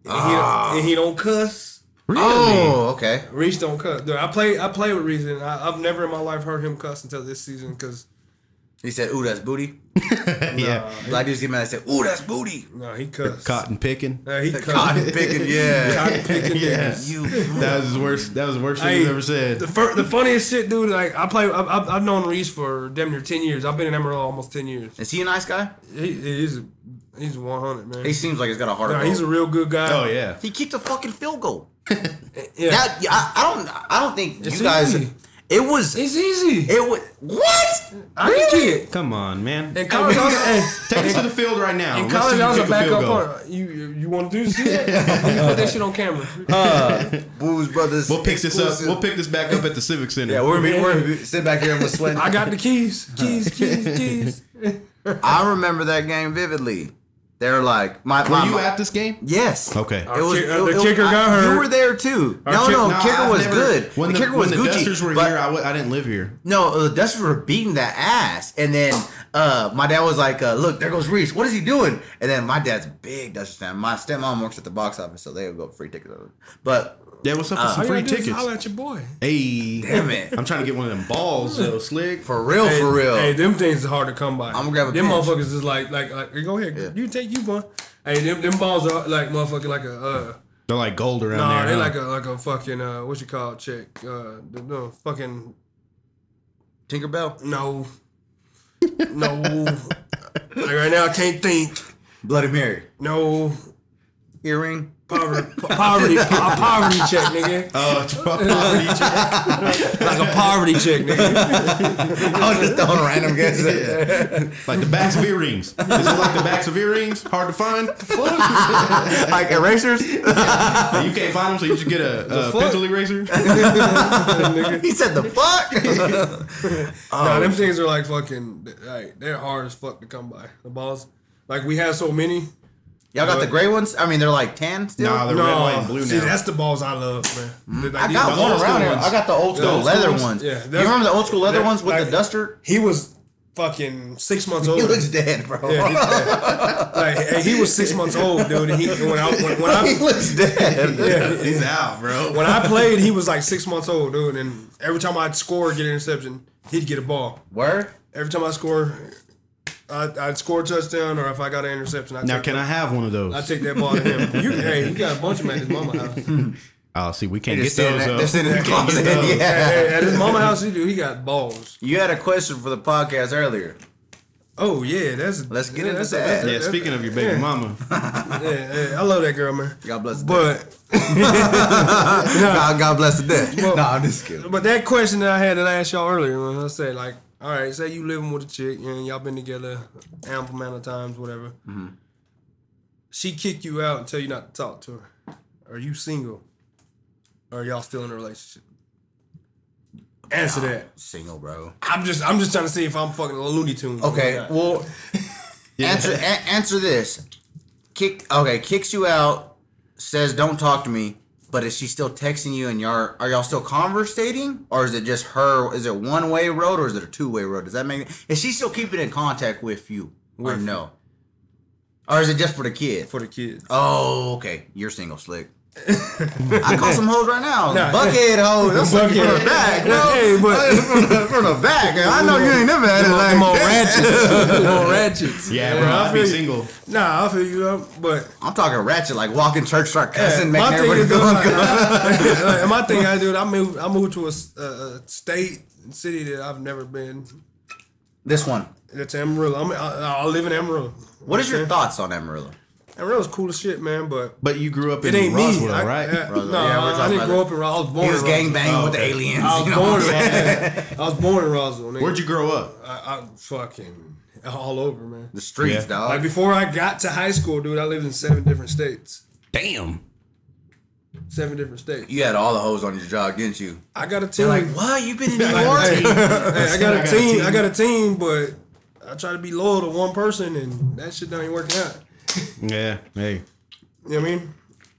And, he, don't, and he don't cuss. Really? Oh, okay. Reese don't cuss. Dude, I play. I play with Reese, and I, I've never in my life heard him cuss until this season because He said, ooh, that's booty. yeah. Black dudes get mad and say, ooh, that's booty. no, he cuss. Cotton picking. Nah, he cuss. Cotton picking, yeah. Cotton picking. Yeah. niggas. You. That was his worst. That was the worst thing Hey, he's ever said. The, fir- the funniest shit, dude. Like I play, I've, I've, I've known Reese for damn near ten years. I've been in Amarillo almost ten years. Is he a nice guy? He, he's he's one hundred man. He seems like he's got a heart. Nah, he's a real good guy. Oh yeah. he kicked a fucking field goal. yeah. That I, I don't I don't think It's you guys. easy. It was it it's easy. was what? I can kick it. Come on, man. In college, I was, hey, Take us to the field right now. in Oh, Let's college, see you I was a kick field backup goal. punter. You you- you want to do see that? I'm gonna put that shit on camera. Ah, Booze brothers. We'll pick this up. exclusive. We'll pick this back up at the Civic Center. yeah, we're gonna be, we're gonna be sit back here and we're sweating. I got the keys, keys, keys, keys. I remember that game vividly. They're like my. Were my you my- at this game? Yes. Okay. It was, kick- it, uh, the it was- kicker I- got hurt. You were there too. No, kick- no, No, kicker I've was never- good. When the, kicker when was the Gucci. Dusters were but- here, I w- I didn't live here. No, uh, the Dusters were beating that ass. And then uh, my dad was like, uh, look, there goes Reese. What is he doing? And then my dad's a big Dusters fan. My stepmom works at the box office, so they would go free tickets. But Yeah, what's up Uh, with All some you gotta free do is tickets? holler at your boy. Hey, Damn it. I'm trying to get one of them balls though, slick. Oh, for real, Hey, for real. Hey, them things is hard to come by. I'm gonna grab a Them pinch. motherfuckers is like, like, like, go ahead. You take you one. Hey, them, them balls are like motherfucking like a uh They're like gold around no, there. they huh? like a like a fucking uh what you call it, chick uh the, the fucking Tinkerbell, no no like right now I can't think Bloody Mary, no earring. poverty po- poverty po- a poverty check nigga Oh, it's probably just- like a poverty check nigga I was just throwing random guesses. like the backs of earrings. Is it like the backs of earrings? Hard to find. like erasers. you can't find them, so you should get a, a fuck? pencil eraser. nigga he said the fuck. Oh, No, them things are like fucking like they're hard as fuck to come by the balls like we had so many Y'all got the gray ones. I mean, they're like tan still. Nah, they're red, white, and blue see, now. Mm. that's the balls I love, man. Like, I these- got the one old school around here. ones. I got the old school old school leather ones. ones. Yeah, you they're- remember the old school leather they're- ones with the like- duster? He was fucking six months He old. looks dead, bro. Yeah, he- yeah. like and he was six months old, dude. And he when I when, when he I looks dead. He's out, bro. when I played, he was like six months old, dude. And every time I'd score, get an interception, he'd get a ball. Word. Every time I score, I'd, I'd score a touchdown, or if I got an interception, I'd now, take, can I have one of those? I'd take that ball to him. You, hey, you got a bunch of them at his mama house. oh, see, we can't They're get sitting those. there- though. they're sitting in the Can't get closet. those. Hey, Yeah. at his mama house, he do. He got balls. You had a question for the podcast earlier. Oh yeah, that's Let's get yeah, into that's a- that. that's a- Yeah, speaking of your baby Yeah. mama, Yeah, yeah, I love that girl, man. God bless. the dead. But God, God bless the dead. Well- nah, I'm just kidding. but that question that I had that I asked y'all earlier, when I said like, all right, say you living with a chick and y'all been together ample amount of times, whatever. Mm-hmm. She kick you out and tell you not to talk to her. Are you single? Or are y'all still in a relationship? Answer that. Single, bro. I'm just I'm just trying to see if I'm fucking Looney Tunes. or Okay, not. well, answer a- answer this. Kick. Okay, kicks you out. Says don't talk to me. But is she still texting you? And y'all are y'all still conversating, or is it just her? Is it one way road, or is it a two way road? Does that make? Is she still keeping in contact with you? or With no? Or is it just for the kid? for the kids. oh, okay. You're single, slick. I call some hoes right now. Nah. Buckhead hoes. I'm sucking from the Buckhead. back, bro. Hey, but- from, the, from the back. I know you ain't never had it like Them old that. ratchets. Them old ratchets. yeah, bro, I'd be feel you. single. Nah, I feel you up, but I'm talking ratchet, like walking church, start cussing, my making thing everybody is, feel though, like, uncomfortable. I- like, my thing I do, I move, I moved to a, s- a- a state and city that I've never been. This one. That's Amarillo. I'm, I, I live in Amarillo. What is your Okay? thoughts on Amarillo? And Real was cool as shit, man, but But you grew up in it ain't Roswell, me. I- right? I, no, Roswell. Yeah, we're I talking didn't about grow it. up in Roswell. I was born He was in Roswell. gang banging Oh, with the okay. aliens. I was you know born what in I'm saying? Roswell. I was born in Roswell. Nigga. Where'd you grow up? I, I fucking all over, man. The streets, Yeah. dog. Like before I got to high school, dude, I lived in seven different states. Damn. Seven different states. you had all the hoes on your job, didn't you? I got a team. They're like, what? You've been in New Like, hey, York? hey, I got I a got a team. team. I got a team, but I try to be loyal to one person, and that shit don't even work out. Yeah. Hey, You know what I mean?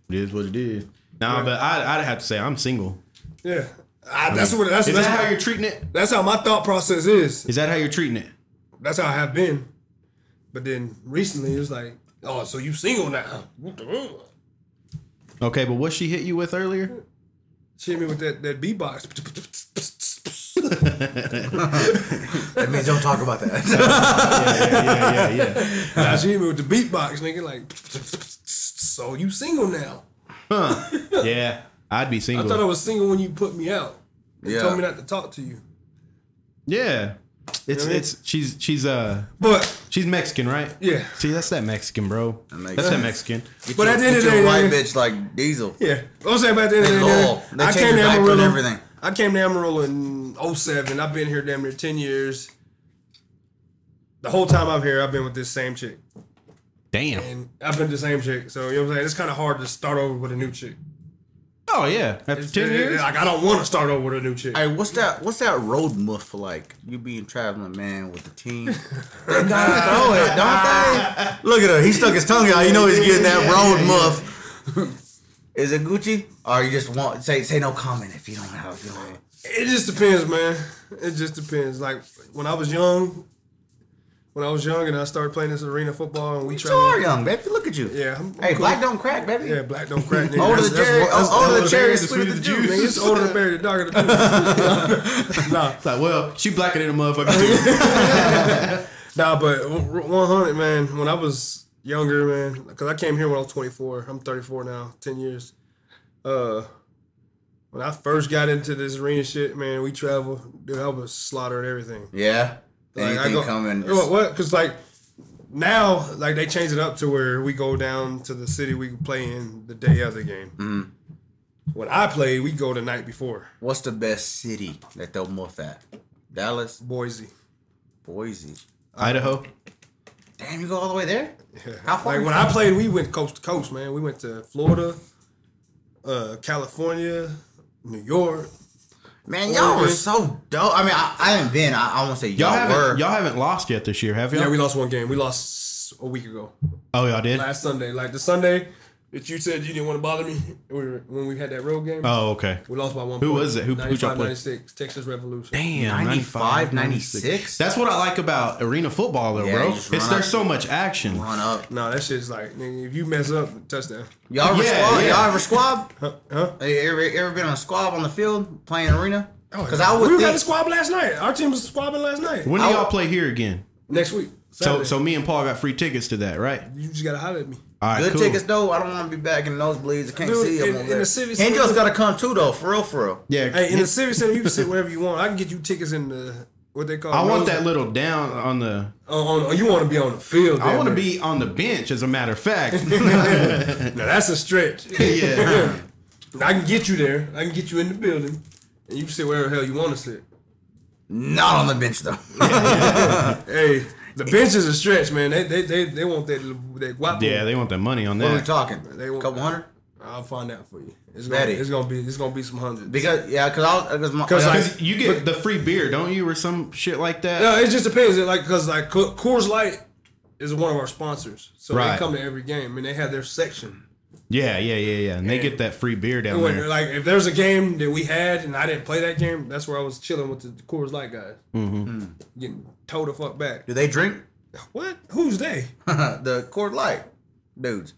it is what it is. Nah, but I, I'd have to say I'm single. Yeah. I, that's what. That's Is that's that how, how you're treating it? that's how my thought process is. Is that how you're treating it? That's how I have been. But then recently, it was like, oh, so you single now? What the? hell? Okay, but what she hit you with earlier? She hit me with that that beatbox. That means don't talk about that. Yeah, yeah, yeah. Nah, she hit me with the beatbox, nigga. Like, so you single now? yeah, I'd be I thought I single. was single when you put me out. You Yeah. told me not to talk to you. Yeah. It's it's she's she's uh But she's Mexican, right? yeah, See, that's that Mexican, bro. makes That's that sense. Mexican. But at the end of Get the your day, white yeah. bitch like Diesel. yeah. I'm saying about the end of the They day, all- they I change came to your diaper and Amarillo. everything. I came to Amarillo in 07. I've been here damn near 10 years. The whole time I'm here, I've been with this same chick. Damn. And I've been with the same chick. So, you know what I'm saying? It's kind of hard to start over with a new chick. Oh yeah. After It's- ten it- it- years. Like, I don't want to start over with a new chick. Hey, what's that? What's that road muff like? You being traveling man with the team. they gotta throw it, don't they? Look at her. He stuck his tongue out. You know he's getting that road muff. Is it Gucci? Or you just want say say no comment if you don't have if you don't. It just depends, man. It just depends. Like when I was young, when I was young and I started playing this arena football and we You still are tried. young, baby. Look at you. Yeah, I'm- Hey, I'm black cool. don't crack, baby. Yeah, black don't crack. nigga. Older That's- the that's cherry, what- that's- older the that's- cherry, the sweeter sweeter the the juice. juice. Nigga, it's older the berry, the darker the juice. nah, It's like, well, she blacker than a motherfucker too. nah, but one hundred, man. When I was younger, man, because I came here when I was twenty four. I'm thirty four now, ten years. Uh, when I first got into this arena shit, man, we traveled. Dude, I was slaughtering everything. Yeah. Like, Anything coming? What? What? Because like now, like they changed it up to where we go down to the city we play in the day of the game. Mm-hmm. When I play, we go the night before What's the best city that they'll muff at? Dallas, Boise. Boise. Idaho. Damn, you go all the way there? How far? Like when I played, we went coast to coast, man. We went to Florida, uh, California, New York. Man, y'all were Oregon. so dope. I mean, I, I haven't been. I, I won't say Y'all y'all, haven't were. y'all haven't lost yet this year, have y'all? Yeah, we lost one game. We lost a week ago, oh y'all did. last Sunday. Like the Sunday that you said you didn't want to bother me we were- when we had that road game. Oh okay. we lost by one. Who point. was it? Who- who y'all 95, played? 96, Texas Revolution. Damn, 95, 96? That's what I like about arena football, though, Yeah, bro. you just It's run there's up. so much action. Run up. No, that shit's like, nigga, if you mess up, touchdown. Y'all ever Yeah, squab? yeah. Y'all ever squab? Huh? huh? Hey, ever, ever been on a squab on the field playing arena? Oh, Because I would Oh, we were think at the squab last night. Our team was squabbing last night. When do I- y'all play here again? Next week. So Saturday. so me and Paul got free tickets to that, right? you just gotta holler at me. All right, good cool. tickets though. I don't want to be back in the nosebleeds. I can't Dude, see them in- over in there. the city Angel's square- got to come too though, for real, for real. Yeah, Hey, in the civic center, you can sit wherever you want. I can get you tickets in the what they call. I want those- that little down on the. On, on, you want to be on the field. I damn want to it. be on the bench, as a matter of fact. Now that's a stretch. yeah. I can get you there. I can get you in the building, and you can sit wherever the hell you want to sit. Not on the bench though. Hey, the bench is a stretch, man. They they they, they want that little- that guapo. Yeah, they want that money on what are we that. talking? They won't- couple hundred? I'll find out for you. It's gonna, Betty. it's gonna be it's gonna be some hundreds. Because yeah, because I because my 'Cause, like, Because you get the free beer, don't you, or some shit like that? No, it just depends. It, like, cause like Co- Coors Light is one of our sponsors, so Right. they come to every game and they have their section. Yeah, yeah, yeah, yeah. And they Yeah. get that free beer down And when, there. like, if there's a game that we had and I didn't play that game, that's where I was chilling with the Coors Light guys, Hmm. mm-hmm. getting towed the fuck back. do they drink What? Who's they? the cord light dudes?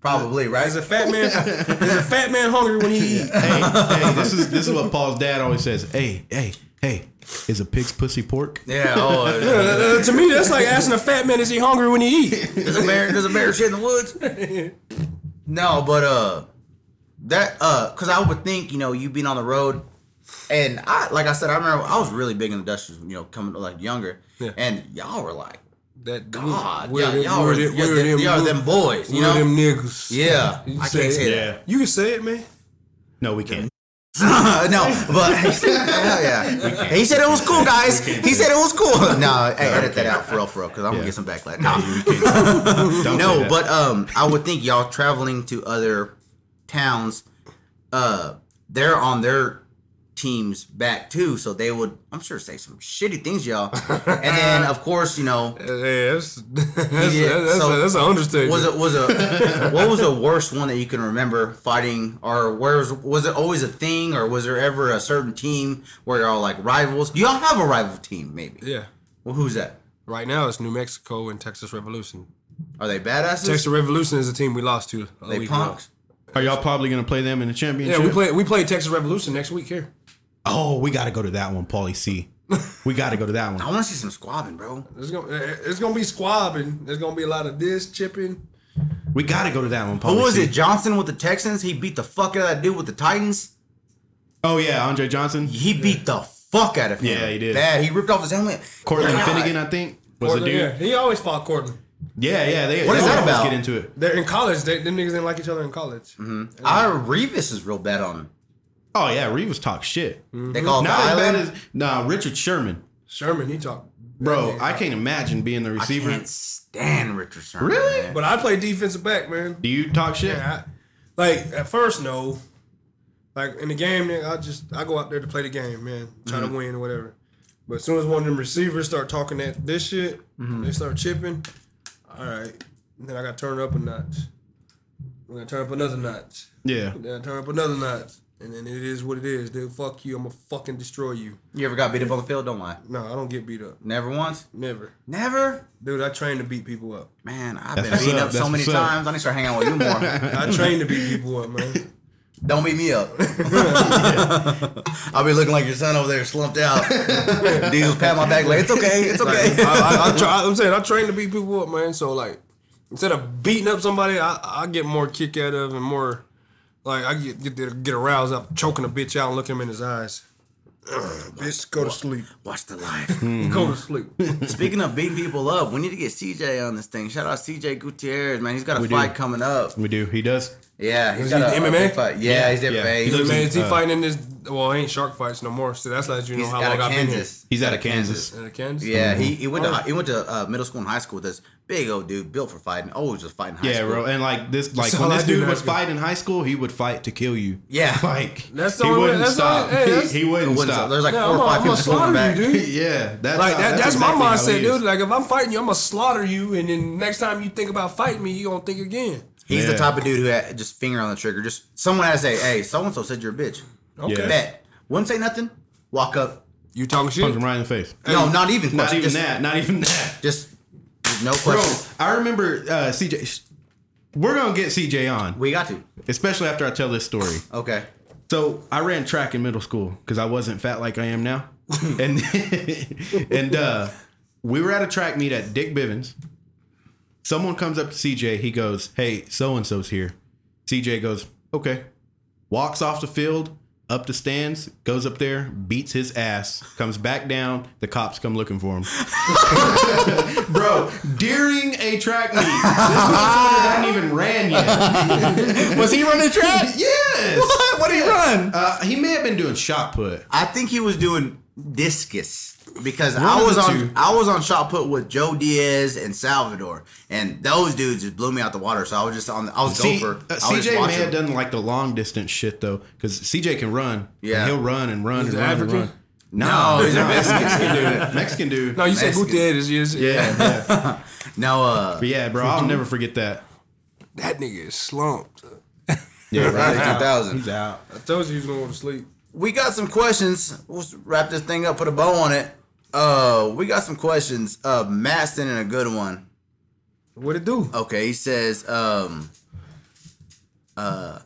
Probably right. Is a fat man? is a fat man hungry when he eat? Uh, hey, hey, this is this is what Paul's dad always says. Hey, hey, hey, is a pig's pussy pork? Yeah. Oh, Uh, uh, uh, to me, that's like asking a fat man, is he hungry when he eat? does a bear does a bear shit in the woods? No, but uh, that uh, cause I would think you know you being on the road, and I like I said I remember I was really big in the Dutchess, you know, coming like younger, Yeah. and y'all were like that God, we're y'all, them- y'all, we're are, them- y'all, we're them, them- y'all are them boys, you we're know? them niggas. yeah, You I can't say it. say Yeah. You can say it, man. No, we can't. that. no, but hell yeah, he said it was cool, guys. He said it was cool. No, hey, edit that out for real, for real, because I'm gonna Yeah. get some backlash. No, Don't say no, that. but um, I would think y'all traveling to other towns, uh, they're on their teams back too, so they would, I'm sure, say some shitty things, y'all. And then, of course, you know, Uh, Yeah, that's that's, that's, Yeah, that's, so- a, that's an understatement. was it was a what was the worst one that you can remember fighting, or where was was it always a thing, or was there ever a certain team where y'all like rivals? Do y'all have a rival team? Maybe. yeah. Well, who's that? Right now it's New Mexico and Texas Revolution. Are they badasses? Texas Revolution is a team we lost to. a they week ago. punks. Are y'all probably gonna play them in the Yeah, championship? we play we play Texas Revolution next week here. Oh, we gotta go to that one, Paulie C. We gotta go to that I one. want to see some squabbing, bro. It's gonna it's gonna be squabbing. There's gonna be a lot of this chipping. We gotta go to that one, Paulie. Who was C. it? Johnson with the Texans. He beat the fuck out of that dude with the Titans. Oh yeah, Andre Johnson, He beat the fuck out of him. Yeah, he did. Bad. He ripped off his helmet. Cortland God. Finnegan, I think was the Cortland, yeah. dude. He always fought Cortland. Yeah, yeah. They, What is they that always about? Get into it. They're in college. They, them niggas didn't like each other in college. Mm-hmm. Our Revis is real bad on him. Oh yeah, Reeves talk shit. They call him the Mm-hmm. Not as bad Mm. island. as nah. Richard Sherman, Sherman, he talked. bro. I can't imagine being the I receiver. can't stand Richardson. Really? man. But I play defensive back, man. Do you talk shit? Yeah, I, like at first, no. Like in the game, nigga, I just I go out there to play the game, man, try to win or whatever. But as soon as one of them receivers start talking that this shit, they start chipping. All right, then I got to turn it up a notch. I'm gonna turn up another notch. Yeah. Then I turn up another notch, and then it is what it is. Dude, fuck you. I'm gonna fucking destroy you. You ever got beat up on the field? Don't lie. No, I don't get beat up. Never once. Never, Never. dude. I train to beat people up. Man, I've That's been what's beat up, up, so that's many what's up. times. I need to start hanging out with you more. I train to beat people up, man. Don't beat me up. I'll be looking like your son over there, slumped out. Diesel's patting my back like it's okay, it's Like, okay. I, I, I try, I'm saying I train to beat people up, man. So like, instead of beating up somebody, I, I get more kick out of and more like I get get, to- get aroused up choking a bitch out and looking him in his eyes. Ugh, bitch, go to sleep. Watch the life. Mm-hmm. Go to sleep. Speaking of beating people up, we need to get CJ on this thing. Shout out CJ Gutierrez, man. He's got a We do. fight coming up. We do. He does. Yeah, he's Is got he a, a MMA? big fight. Yeah, he's Yeah, MMA. yeah. He He's, looks- man, is he Uh, fighting this? Well, it ain't shark fights no more. So that's let you know he's how out long of I've been here. Kansas. He's out of Kansas. Mm-hmm. In Kansas. Yeah, he, he went to hi- he went to uh, middle school and high school with this big old dude built for fighting. Always was fighting high Yeah, school. bro. And like this, like That's when all this I do dude in high was school. fighting in high school, he would fight to kill you. Yeah. like That's the he only way- wouldn't that's the only- stop. hey, that's- he, he wouldn't It wouldn't stop. stop. There's like Yeah, four I'm or a- 5 I'm a people holding slaughter back. you, dude. yeah, that's Like how- that, that's, exactly my how he mindset, is. dude. Like if I'm fighting you, I'm gonna slaughter you, and then next time you think about fighting me, you gonna think again. He's the Yeah. type of dude who had just finger on the trigger. Just someone had to say, "Hey, so and so said you're a bitch." Okay. Yeah. Bet wouldn't say nothing. Walk up. You talking shit? Punch him right in the face. no, not even. Not question. even just, that. Not even that. Just no Bro, questions. I remember uh, CJ. sh- We're gonna get CJ on, We got to. especially after I tell this story. Okay. So I ran track in middle school because I wasn't fat like I am now, and and uh, we were at a track meet at Dick Bivens. Someone comes up to CJ. He goes, "Hey, so and so's here." CJ goes, "Okay." Walks off the field, up the stands, goes up there, beats his ass, comes back down. The cops come looking for him. Bro, during a track meet, this motherfucker hadn't even ran yet. Was he running track? Yes. What? What did he run? Uh, he may have been doing shot put. I think he was doing discus because of I the was on two. I was on shot put with Joe Diaz and Salvador, and those dudes just blew me out the water. So I was just on. I was See, gopher. uh, I was just CJ may watching. have done like the long distance shit though, because CJ can run. Yeah. and he'll run and run He's and run African? and run. No, he's a Mexican dude. Mexican dude. No, you said Mexican. Gutierrez. Yes. yeah, yeah, No, uh, but yeah, bro. I'll never forget that. That nigga is slumped. Yeah, early right. 2000s. He's out. I told you he was going to sleep. we got some questions. Let's wrap this thing up, put a bow on it. Uh, we got some questions. Uh, Matt sent in a good one. What it do? Okay, he says, um, uh,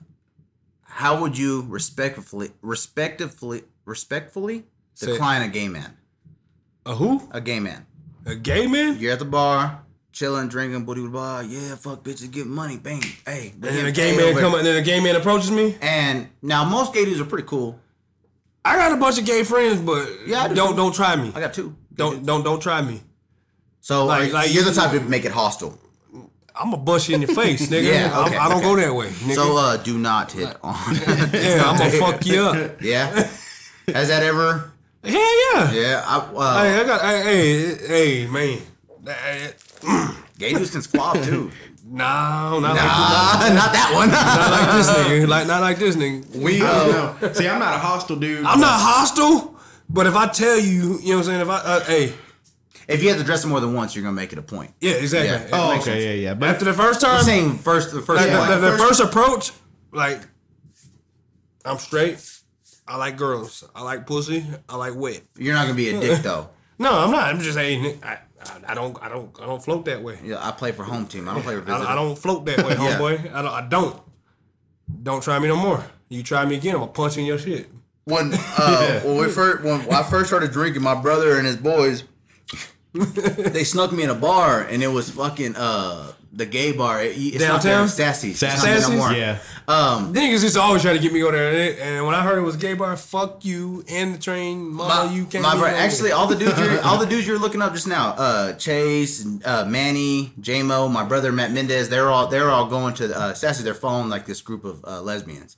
how would you respectfully, respectfully, respectfully Say it. decline a gay man? A who? A gay man. A gay man? You're at the bar, chilling, drinking, booty with bar. Yeah, fuck bitches, get money, bang, hey. And then a gay man come and then a gay man approaches me. And now most gay dudes are pretty cool. I got a bunch of gay friends, but Yeah, I do. don't don't try me. I got two. Don't don't don't try me. So Like- uh, like- you're the type to make it hostile. I'm gonna bust you in your face, nigga. Yeah, I'm- okay, I, don't okay. go that way, nigga. So uh, do not hit on. yeah, I'm gonna fuck you up. yeah. Has that ever? Hell yeah. Yeah. I, uh, Hey, I got. Hey, hey, hey man. That- Gay Houston squab too. No, not Ah, not that one. like, not like this nigga. Like not like this nigga. We uh, see. I'm not a hostile dude. I'm not hostile, but if I tell you, you know what I'm saying. If I, uh, hey, if you have to dress it more than once, you're gonna make it a point. yeah, exactly. Yeah. It Oh, makes sense. okay, yeah, yeah. But After the first time, I'm saying first, the first Like, point. the, the- the First- first, approach, like, I'm straight. I like girls. I like pussy. I like wet. You're not gonna be a dick though. No, I'm not. I'm just saying. I, I, I don't. I don't. I don't float that way. Yeah, I play for home team. I don't play for visitor. I, I don't float that way, Yeah. homeboy. I don't. I don't. Don't try me no more. You try me again, I'm gonna punch you in your shit. When uh, when we first when I first started drinking, my brother and his boys, they snuck me in a bar, and it was fucking uh the gay bar. It, it's not there, Downtown? it's Sassy's. It's not there Sassy's? no more. yeah. Niggas used to always try to get me over there, and- and when I heard it was gay bar, fuck you and the train, mama, My, you can't. my be bro, no- actually, all the dudes, you're, all the dudes you're looking up just now, uh, Chase, uh, Manny, JMO, my brother Matt Mendez, they're all they're all going to uh, Sassy. They're following like this group of uh, lesbians.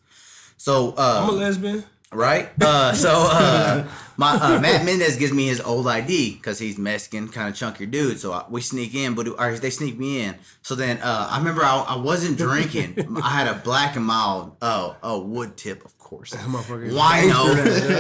So uh, I'm a lesbian. right? Uh, so uh, my uh, Matt Mendez gives me his old ID because he's Mexican, kind of chunkier dude. So I, we sneak in, but or they sneak me in. So then uh, I remember I, I wasn't drinking. I had a black and mild oh oh wood tip, of course. Why no?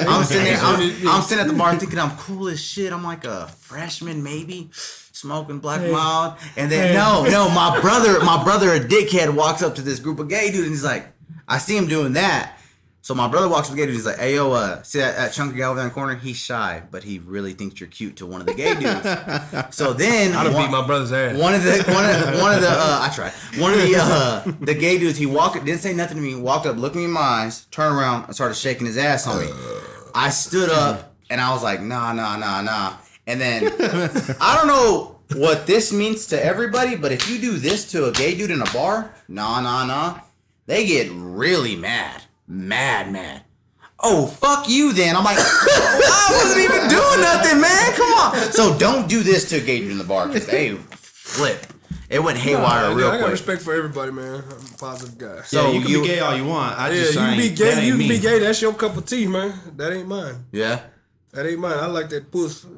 I'm sitting there, I'm, I'm sitting at the bar thinking I'm cool as shit. I'm like a freshman maybe. Smoking black and mild, and then Hey. no, no, my brother, my brother, a dickhead, walks up to this group of gay dudes and he's like, I see him doing that, so my brother walks up to the gay dude. He's like, "Hey yo, uh, see that, that chunky guy over there in the corner? He's shy, but he really thinks you're cute to one of the gay dudes." so then I done one, beat my brother's ass. one of the one of one of the uh, I tried one of the uh, the gay dudes. He walked didn't say nothing to me. Walked up, looked me in my eyes, turned around, and started shaking his ass on me. Uh, I stood up and I was like, "Nah, nah, nah, nah." And then I don't know what this means to everybody, but if you do this to a gay dude in a bar, nah, nah, nah, they get really mad, mad, mad. Oh fuck you! Then I'm like, I wasn't even doing nothing, man. Come on. So don't do this to a gay dude in the bar because they flip. It went haywire I, real I got quick. respect for everybody, man. I'm a positive guy. So So you can you- be gay all you want. I Yeah, just you can ain't, be that gay. ain't You can me. be gay. That's your cup of tea, man. That ain't mine. Yeah. That ain't mine. I like that pussy.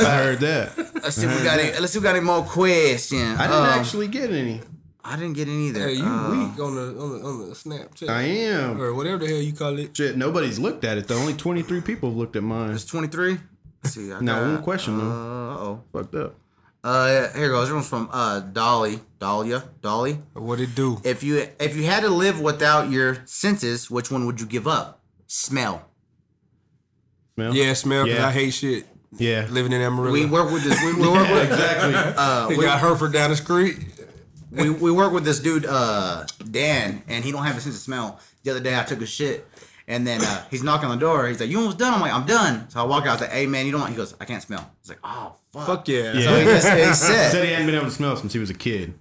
I heard that. Let's see if we got any. Let's see if we got any more questions. I didn't Um, actually get any. I didn't get any either. Hey, you Uh, weak on the on the on the Snapchat I am. or whatever the hell you call it. Shit, nobody's looked at it though. Only 23 people have looked at mine. It's 23. Let's see. I Now got- one question Uh though. oh. Fucked up. Uh, here goes. This one's from uh Dolly. Dahlia. Dolly. What it do? If you if you had to live without your senses, which one would you give up? Smell. Smell? Yeah, smell. Cause Yeah. I hate shit. Yeah. Living in Amarillo. We work with this. We, we work with Exactly. They got Hereford down the street. we, we work with this dude uh, Dan, and he don't have a sense of smell. The other day I took a shit, and then uh, he's knocking on the door. He's like, "You almost done?" I'm like, "I'm done." So I walk out. I was like, "Hey man, you don't." Want... He goes, "I can't smell." He's like, "Oh fuck." Fuck yeah. Yeah. So he just he said, Said he hadn't been able to smell since he was a kid.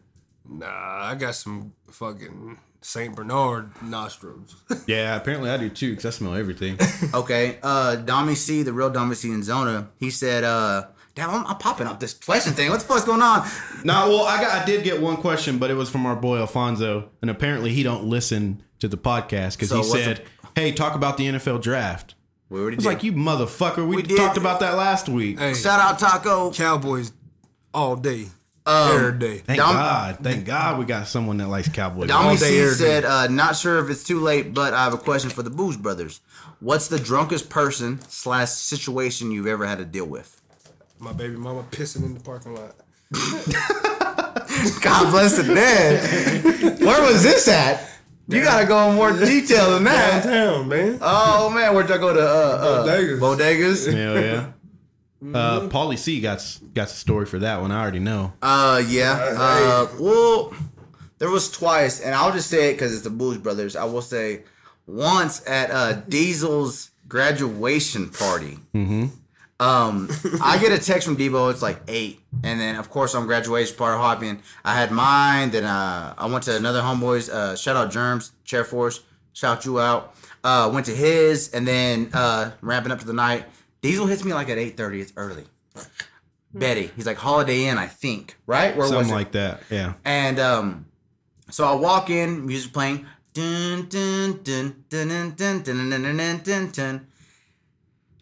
Nah, I got some fucking Saint Bernard nostrils. Yeah, apparently I do too, because I smell everything. "Okay." Uh, Dommy C, the real Dommy C in Zona, he said, uh, "Damn, I'm, I'm popping up this question thing. What the fuck's going on?" no, well, I got I did get one question, but it was from our boy Alfonso, and apparently he don't listen to the podcast because So he what's the- said, "Hey, talk about the NFL draft." We already It's did. like you motherfucker. We, We did. talked about that last week. Hey, Shout out Taco. Cowboys all day, every day. Thank Dom- God. Thank God we got someone that likes Cowboys. Dommy day, C every said, uh, "Not sure if it's too late, but I have a question for the Booze Brothers. What's the drunkest person slash situation you've ever had to deal with?" My baby mama pissing in the parking lot. God bless the dead. Where was this at? You gotta go in more detail than that. Downtown, man. Oh man, where'd y'all go to? Uh, uh, Bodegas. Bodegas. Hell yeah. Uh, Paulie C got s- got the story for that one. I already know. Uh, yeah. Uh, well, there was twice, and I'll just say it because it's the Booze Brothers. I will say once at uh, Diesel's graduation party. Mm-hmm. Um, I get a text from Debo. It's like eight, and then of course on graduation party hopping, I had mine. Then uh, I went to another homeboy's. Uh, shout out Germs Chair Force. Shout you out. Uh, went to his, and then uh, ramping up to the night. Diesel hits me like at eight thirty. It's early. Betty. He's like Holiday Inn, I think, right? Where was Something it? like that. Yeah. And um, so I walk in, music playing. Dun, dun, dun, dun, dun, dun, dun, dun, dun, dun, dun, dun.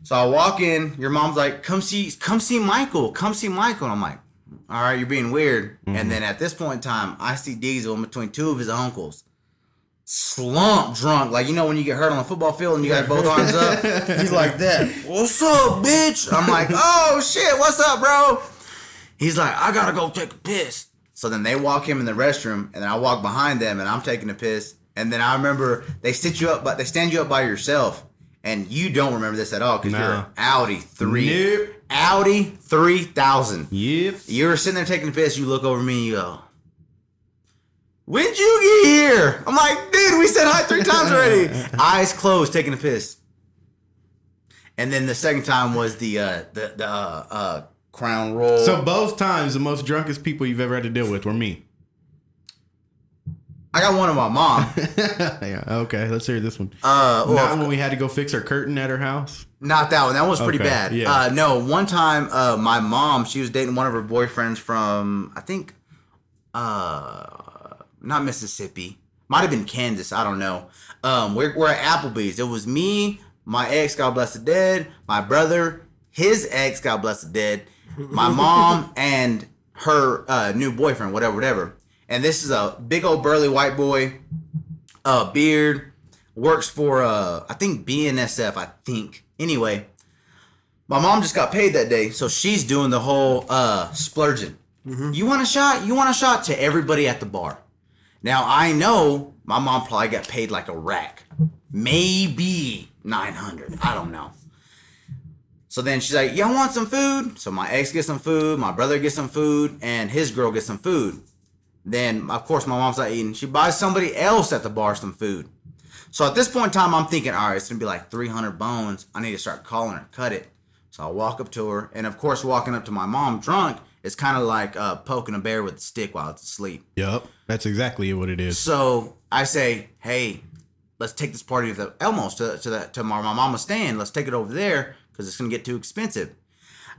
So I walk in, your mom's like, come see, come see Michael, come see Michael. And I'm like, all right, you're being weird. And then at this point in time, I see Diesel in between two of his uncles. Slump drunk, like you know when you get hurt on the football field and you got both arms up. He's like that. What's up, bitch? I'm like, oh shit, what's up, bro? He's like, I gotta go take a piss. So then they walk him in the restroom, and then I walk behind them, and I'm taking a piss. And then I remember they sit you up, but they stand you up by yourself, and you don't remember this at all because No. you're Audi three, Nope. Audi three thousand. Yep. You're sitting there taking a piss. You look over me and you go, "When'd you get here?" I'm like, "Dude, we said hi three times already." Eyes closed, taking a piss. And then the second time was the uh, the the uh, uh, crown roll. So both times, the most drunkest people you've ever had to deal with were me. I got one of my mom. yeah. Okay. Let's hear this one. Uh, well, Not when we had to go fix our curtain at her house. Not that one. That one was pretty Okay, bad. yeah. Uh, no, one time, uh, my mom, she was dating one of her boyfriends from, I think, uh, not Mississippi. Might have been Kansas. I don't know. Um, we're, we're at Applebee's. It was me, my ex, God bless the dead, my brother, his ex, God bless the dead, my mom, and her uh, new boyfriend, whatever, whatever. And this is a big old burly white boy, uh, beard, works for uh I think BNSF, I think. Anyway, my mom just got paid that day, so she's doing the whole uh splurging. You want a shot? You want a shot to everybody at the bar. Now I know my mom probably got paid like a rack. Maybe 900. I don't know. So then she's like, Y'all want some food? So my ex gets some food, my brother gets some food, and his girl gets some food. Then, of course, my mom's not eating. She buys somebody else at the bar some food. So at this point in time, I'm thinking, all right, it's gonna be like 300 bones. I need to start calling her, cut it. So I walk up to her, and of course, walking up to my mom drunk is kind of like uh, poking a bear with a stick while it's asleep. Yep. That's exactly what it is. So I say, hey, let's take this party to the Elmos to to the to my, my mama's stand. Let's take it over there because it's gonna get too expensive.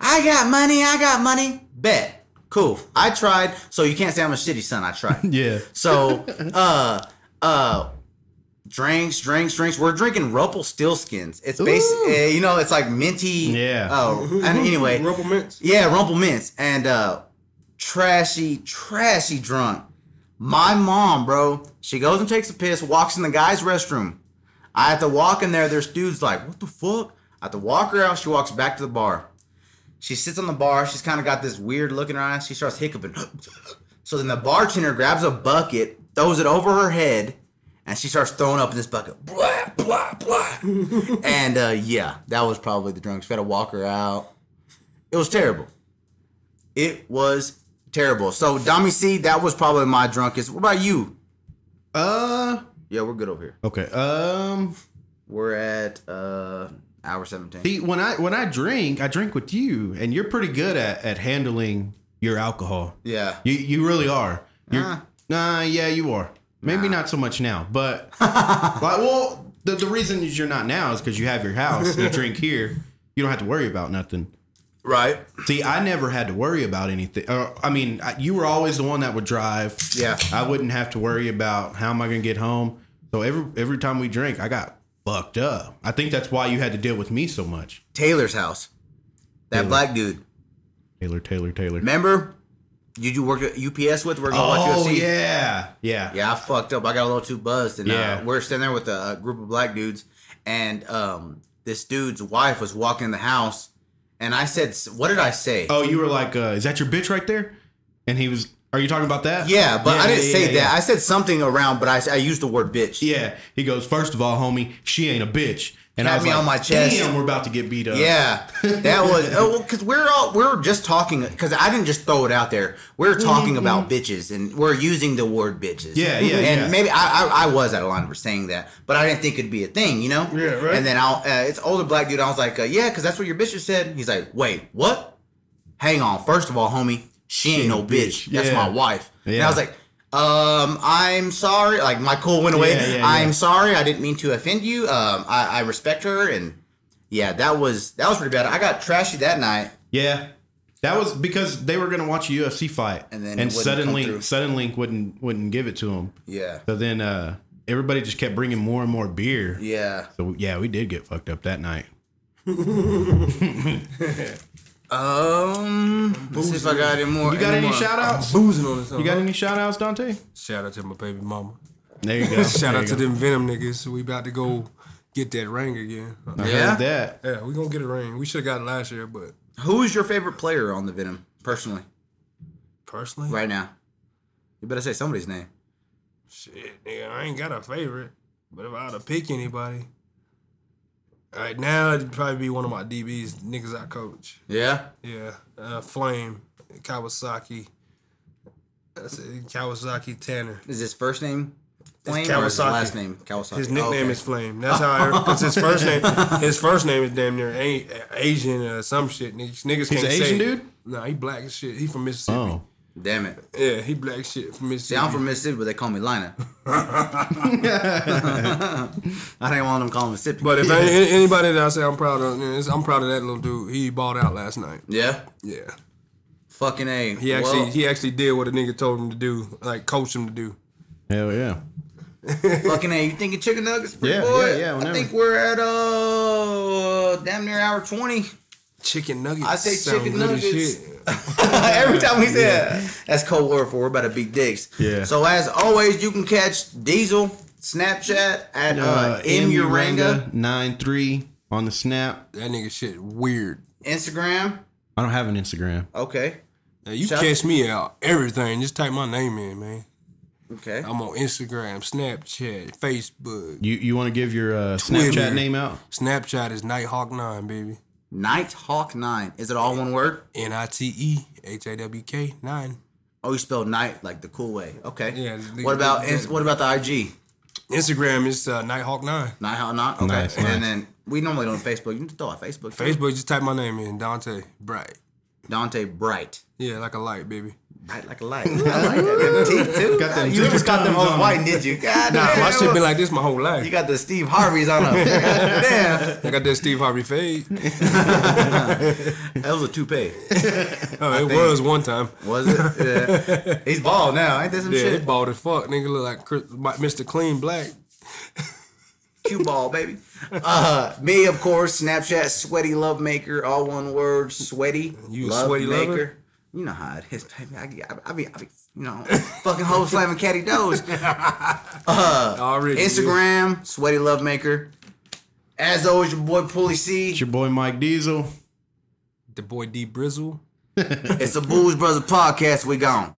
I got money. I got money. Bet. Cool. I tried. So you can't say I'm a shitty son. I tried. Yeah. So, uh, uh, drinks, drinks, drinks. We're drinking Rumpelstiltskins. It's Ooh. basically, you know, it's like minty. Yeah. Oh, and anyway, Rubble mints. yeah, Rumple Mints and uh trashy, trashy drunk. My mom, bro, she goes and takes a piss, walks in the guy's restroom. I have to walk in there. There's dudes like, what the fuck? I have to walk her out. She walks back to the bar. She sits on the bar. She's kind of got this weird look in her eyes. She starts hiccuping. so then the bartender grabs a bucket, throws it over her head, and she starts throwing up in this bucket. Blah, blah, blah. and uh, yeah, that was probably the drunk. She had to walk her out. It was terrible. It was terrible. So, Dommy C, that was probably my drunkest. What about you? Uh. Yeah, we're good over here. Okay. Um. We're at uh hour 17. See, when I when I drink, I drink with you, and you're pretty good at at handling your alcohol. yeah. You you really are. You're, Nah. Nah, yeah, you are. Maybe not so much now, but like, well, the the reason is you're not now is because you have your house, you drink here, you don't have to worry about nothing. Right. See, I never had to worry about anything. Or, I mean, I, you were always the one that would drive. Yeah. I wouldn't have to worry about how am I going to get home. So every every time we drink, I got fucked up. I think that's why you had to deal with me so much, Taylor's house. That black dude. Taylor, Taylor, Taylor. Remember? Did you work at UPS with? We're going to watch Oh UFC. yeah, yeah, Yeah, I fucked up. I got a little too buzzed, and uh, Yeah. we're standing there with a, a group of black dudes, and um, this dude's wife was walking in the house, and I said, s- "What did I say?" Oh, you were like, uh, is that your bitch right there? And he was, are you talking about that? Yeah, but I didn't yeah, say yeah, that. I said something around, but I, I used the word bitch. Yeah. Yeah. he goes. First of all, homie, she ain't a bitch. And Pat I was me like, on my chest. Damn, we're about to get beat up. Yeah, that was oh, because we're all we we're just talking because I didn't just throw it out there. We are talking about bitches and we're using the word bitches. Yeah, yeah, and yeah. maybe I, I I was out of line for saying that, but I didn't think it'd be a thing, you know. Yeah, right. And then I'll uh, it's older black dude. I was like, uh, yeah, because that's what your bitch just said. He's like, wait, what? Hang on. First of all, homie, she ain't no bitch. bitch. That's Yeah. my wife. And I Yeah. was like. Um, I'm sorry. Like my cool went away. Yeah, yeah, yeah. I'm sorry. I didn't mean to offend you. Um, I, I respect her and yeah, that was that was pretty bad. I got trashy that night. yeah. That was because they were going to watch a UFC fight, And and then then it wouldn't and come through. suddenly, suddenly wouldn't wouldn't give it to them. Yeah. So then uh, everybody just kept bringing more and more beer. Yeah. So yeah, we did get fucked up that night. Um. Let's see if I got any more. You got any more- shout outs? Boozing on this. You got any shout outs, Dante? Shout out to my baby mama. There you go. Shout There out you to go. them Venom niggas. We about to go get that ring again. I heard Yeah? that. Yeah, we gonna get a ring. We should have gotten last year, but Who is your favorite player on the Venom, personally, personally, right now? You better say somebody's name. shit, nigga, I ain't got a favorite. But if I had to pick anybody, right now it'd probably be one of my DBs, niggas I coach. Yeah. Yeah, uh, Flame, Kawasaki. That's it, Kawasaki Tanner. Is his first name Flame It's or is his Kawasaki. last name Kawasaki? His nickname Okay. Oh. is Flame. That's how. I, Cause his first name, his first name is damn near A- Asian or some shit. Niggas, niggas He's can't an say. Asian it. dude. Nah, he black as shit. He from Mississippi. Oh, Damn it. Yeah, he black shit from Mississippi. See, I'm from Mississippi, but they call me Lina. I didn't want them calling me Mississippi. But if any, anybody that I say I'm proud of, you know, it's- I'm proud of that little dude. He balled out last night. yeah, Yeah, fucking a. he actually Well, he actually did what a nigga told him to do, like coached him to do. hell yeah. fucking a. You thinking chicken nuggets, pretty Yeah, boy? yeah, yeah, I whenever. think we're at uh damn near hour twenty. Chicken nuggets. I say sound chicken good as nuggets. shit. Every time we say that, that's code word for we're about to beat dicks. Yeah. So as always, you can catch Diesel Snapchat at uh, M Uranga nine three on the snap. That nigga shit weird. Instagram. I don't have an Instagram. Okay. Now, you Shout- catch me out everything. Just type my name in, man. Okay. I'm on Instagram, Snapchat, Facebook. You you want to give your uh, Twitter. Snapchat name out? Snapchat is Nighthawk9, baby. Nighthawk nine. Is it all one word? N I T E H A W K 9. Oh, you spelled night like the cool way. Okay. Yeah, the- What about the- what about the IG? Instagram is uh, Nighthawk9. Not how not. Okay. Nice, and nice. then we normally don't Facebook. You can throw out Facebook. too. Facebook, just type my name in, Dante Bright. Dante Bright. Yeah, like a light, baby. Bright like a light. I like that. Them teeth too. Got them you two just got them thumbs hoes on. white, did you? God Nah, damn. my shit been like this my whole life. you got the Steve Harveys on them. damn. I got that Steve Harvey fade. That was a toupee. Oh, it was one time. Was it? Yeah. He's bald now. Ain't that some Yeah, it shit? bald as fuck. Nigga look like Chris, my- Mr. Clean Black. Cue ball, baby. Uh, me, of course, Snapchat, sweaty love maker, all one word, sweaty. You a sweaty lover? You know how it is, baby. I, I, I, be, I be, you know, fucking whole slamming catty does. Already. Uh, Instagram, sweaty love maker. As always, your boy Pulley It's C. your boy Mike Diesel. The boy D Brizzle. It's the Booze Brothers podcast. We gone.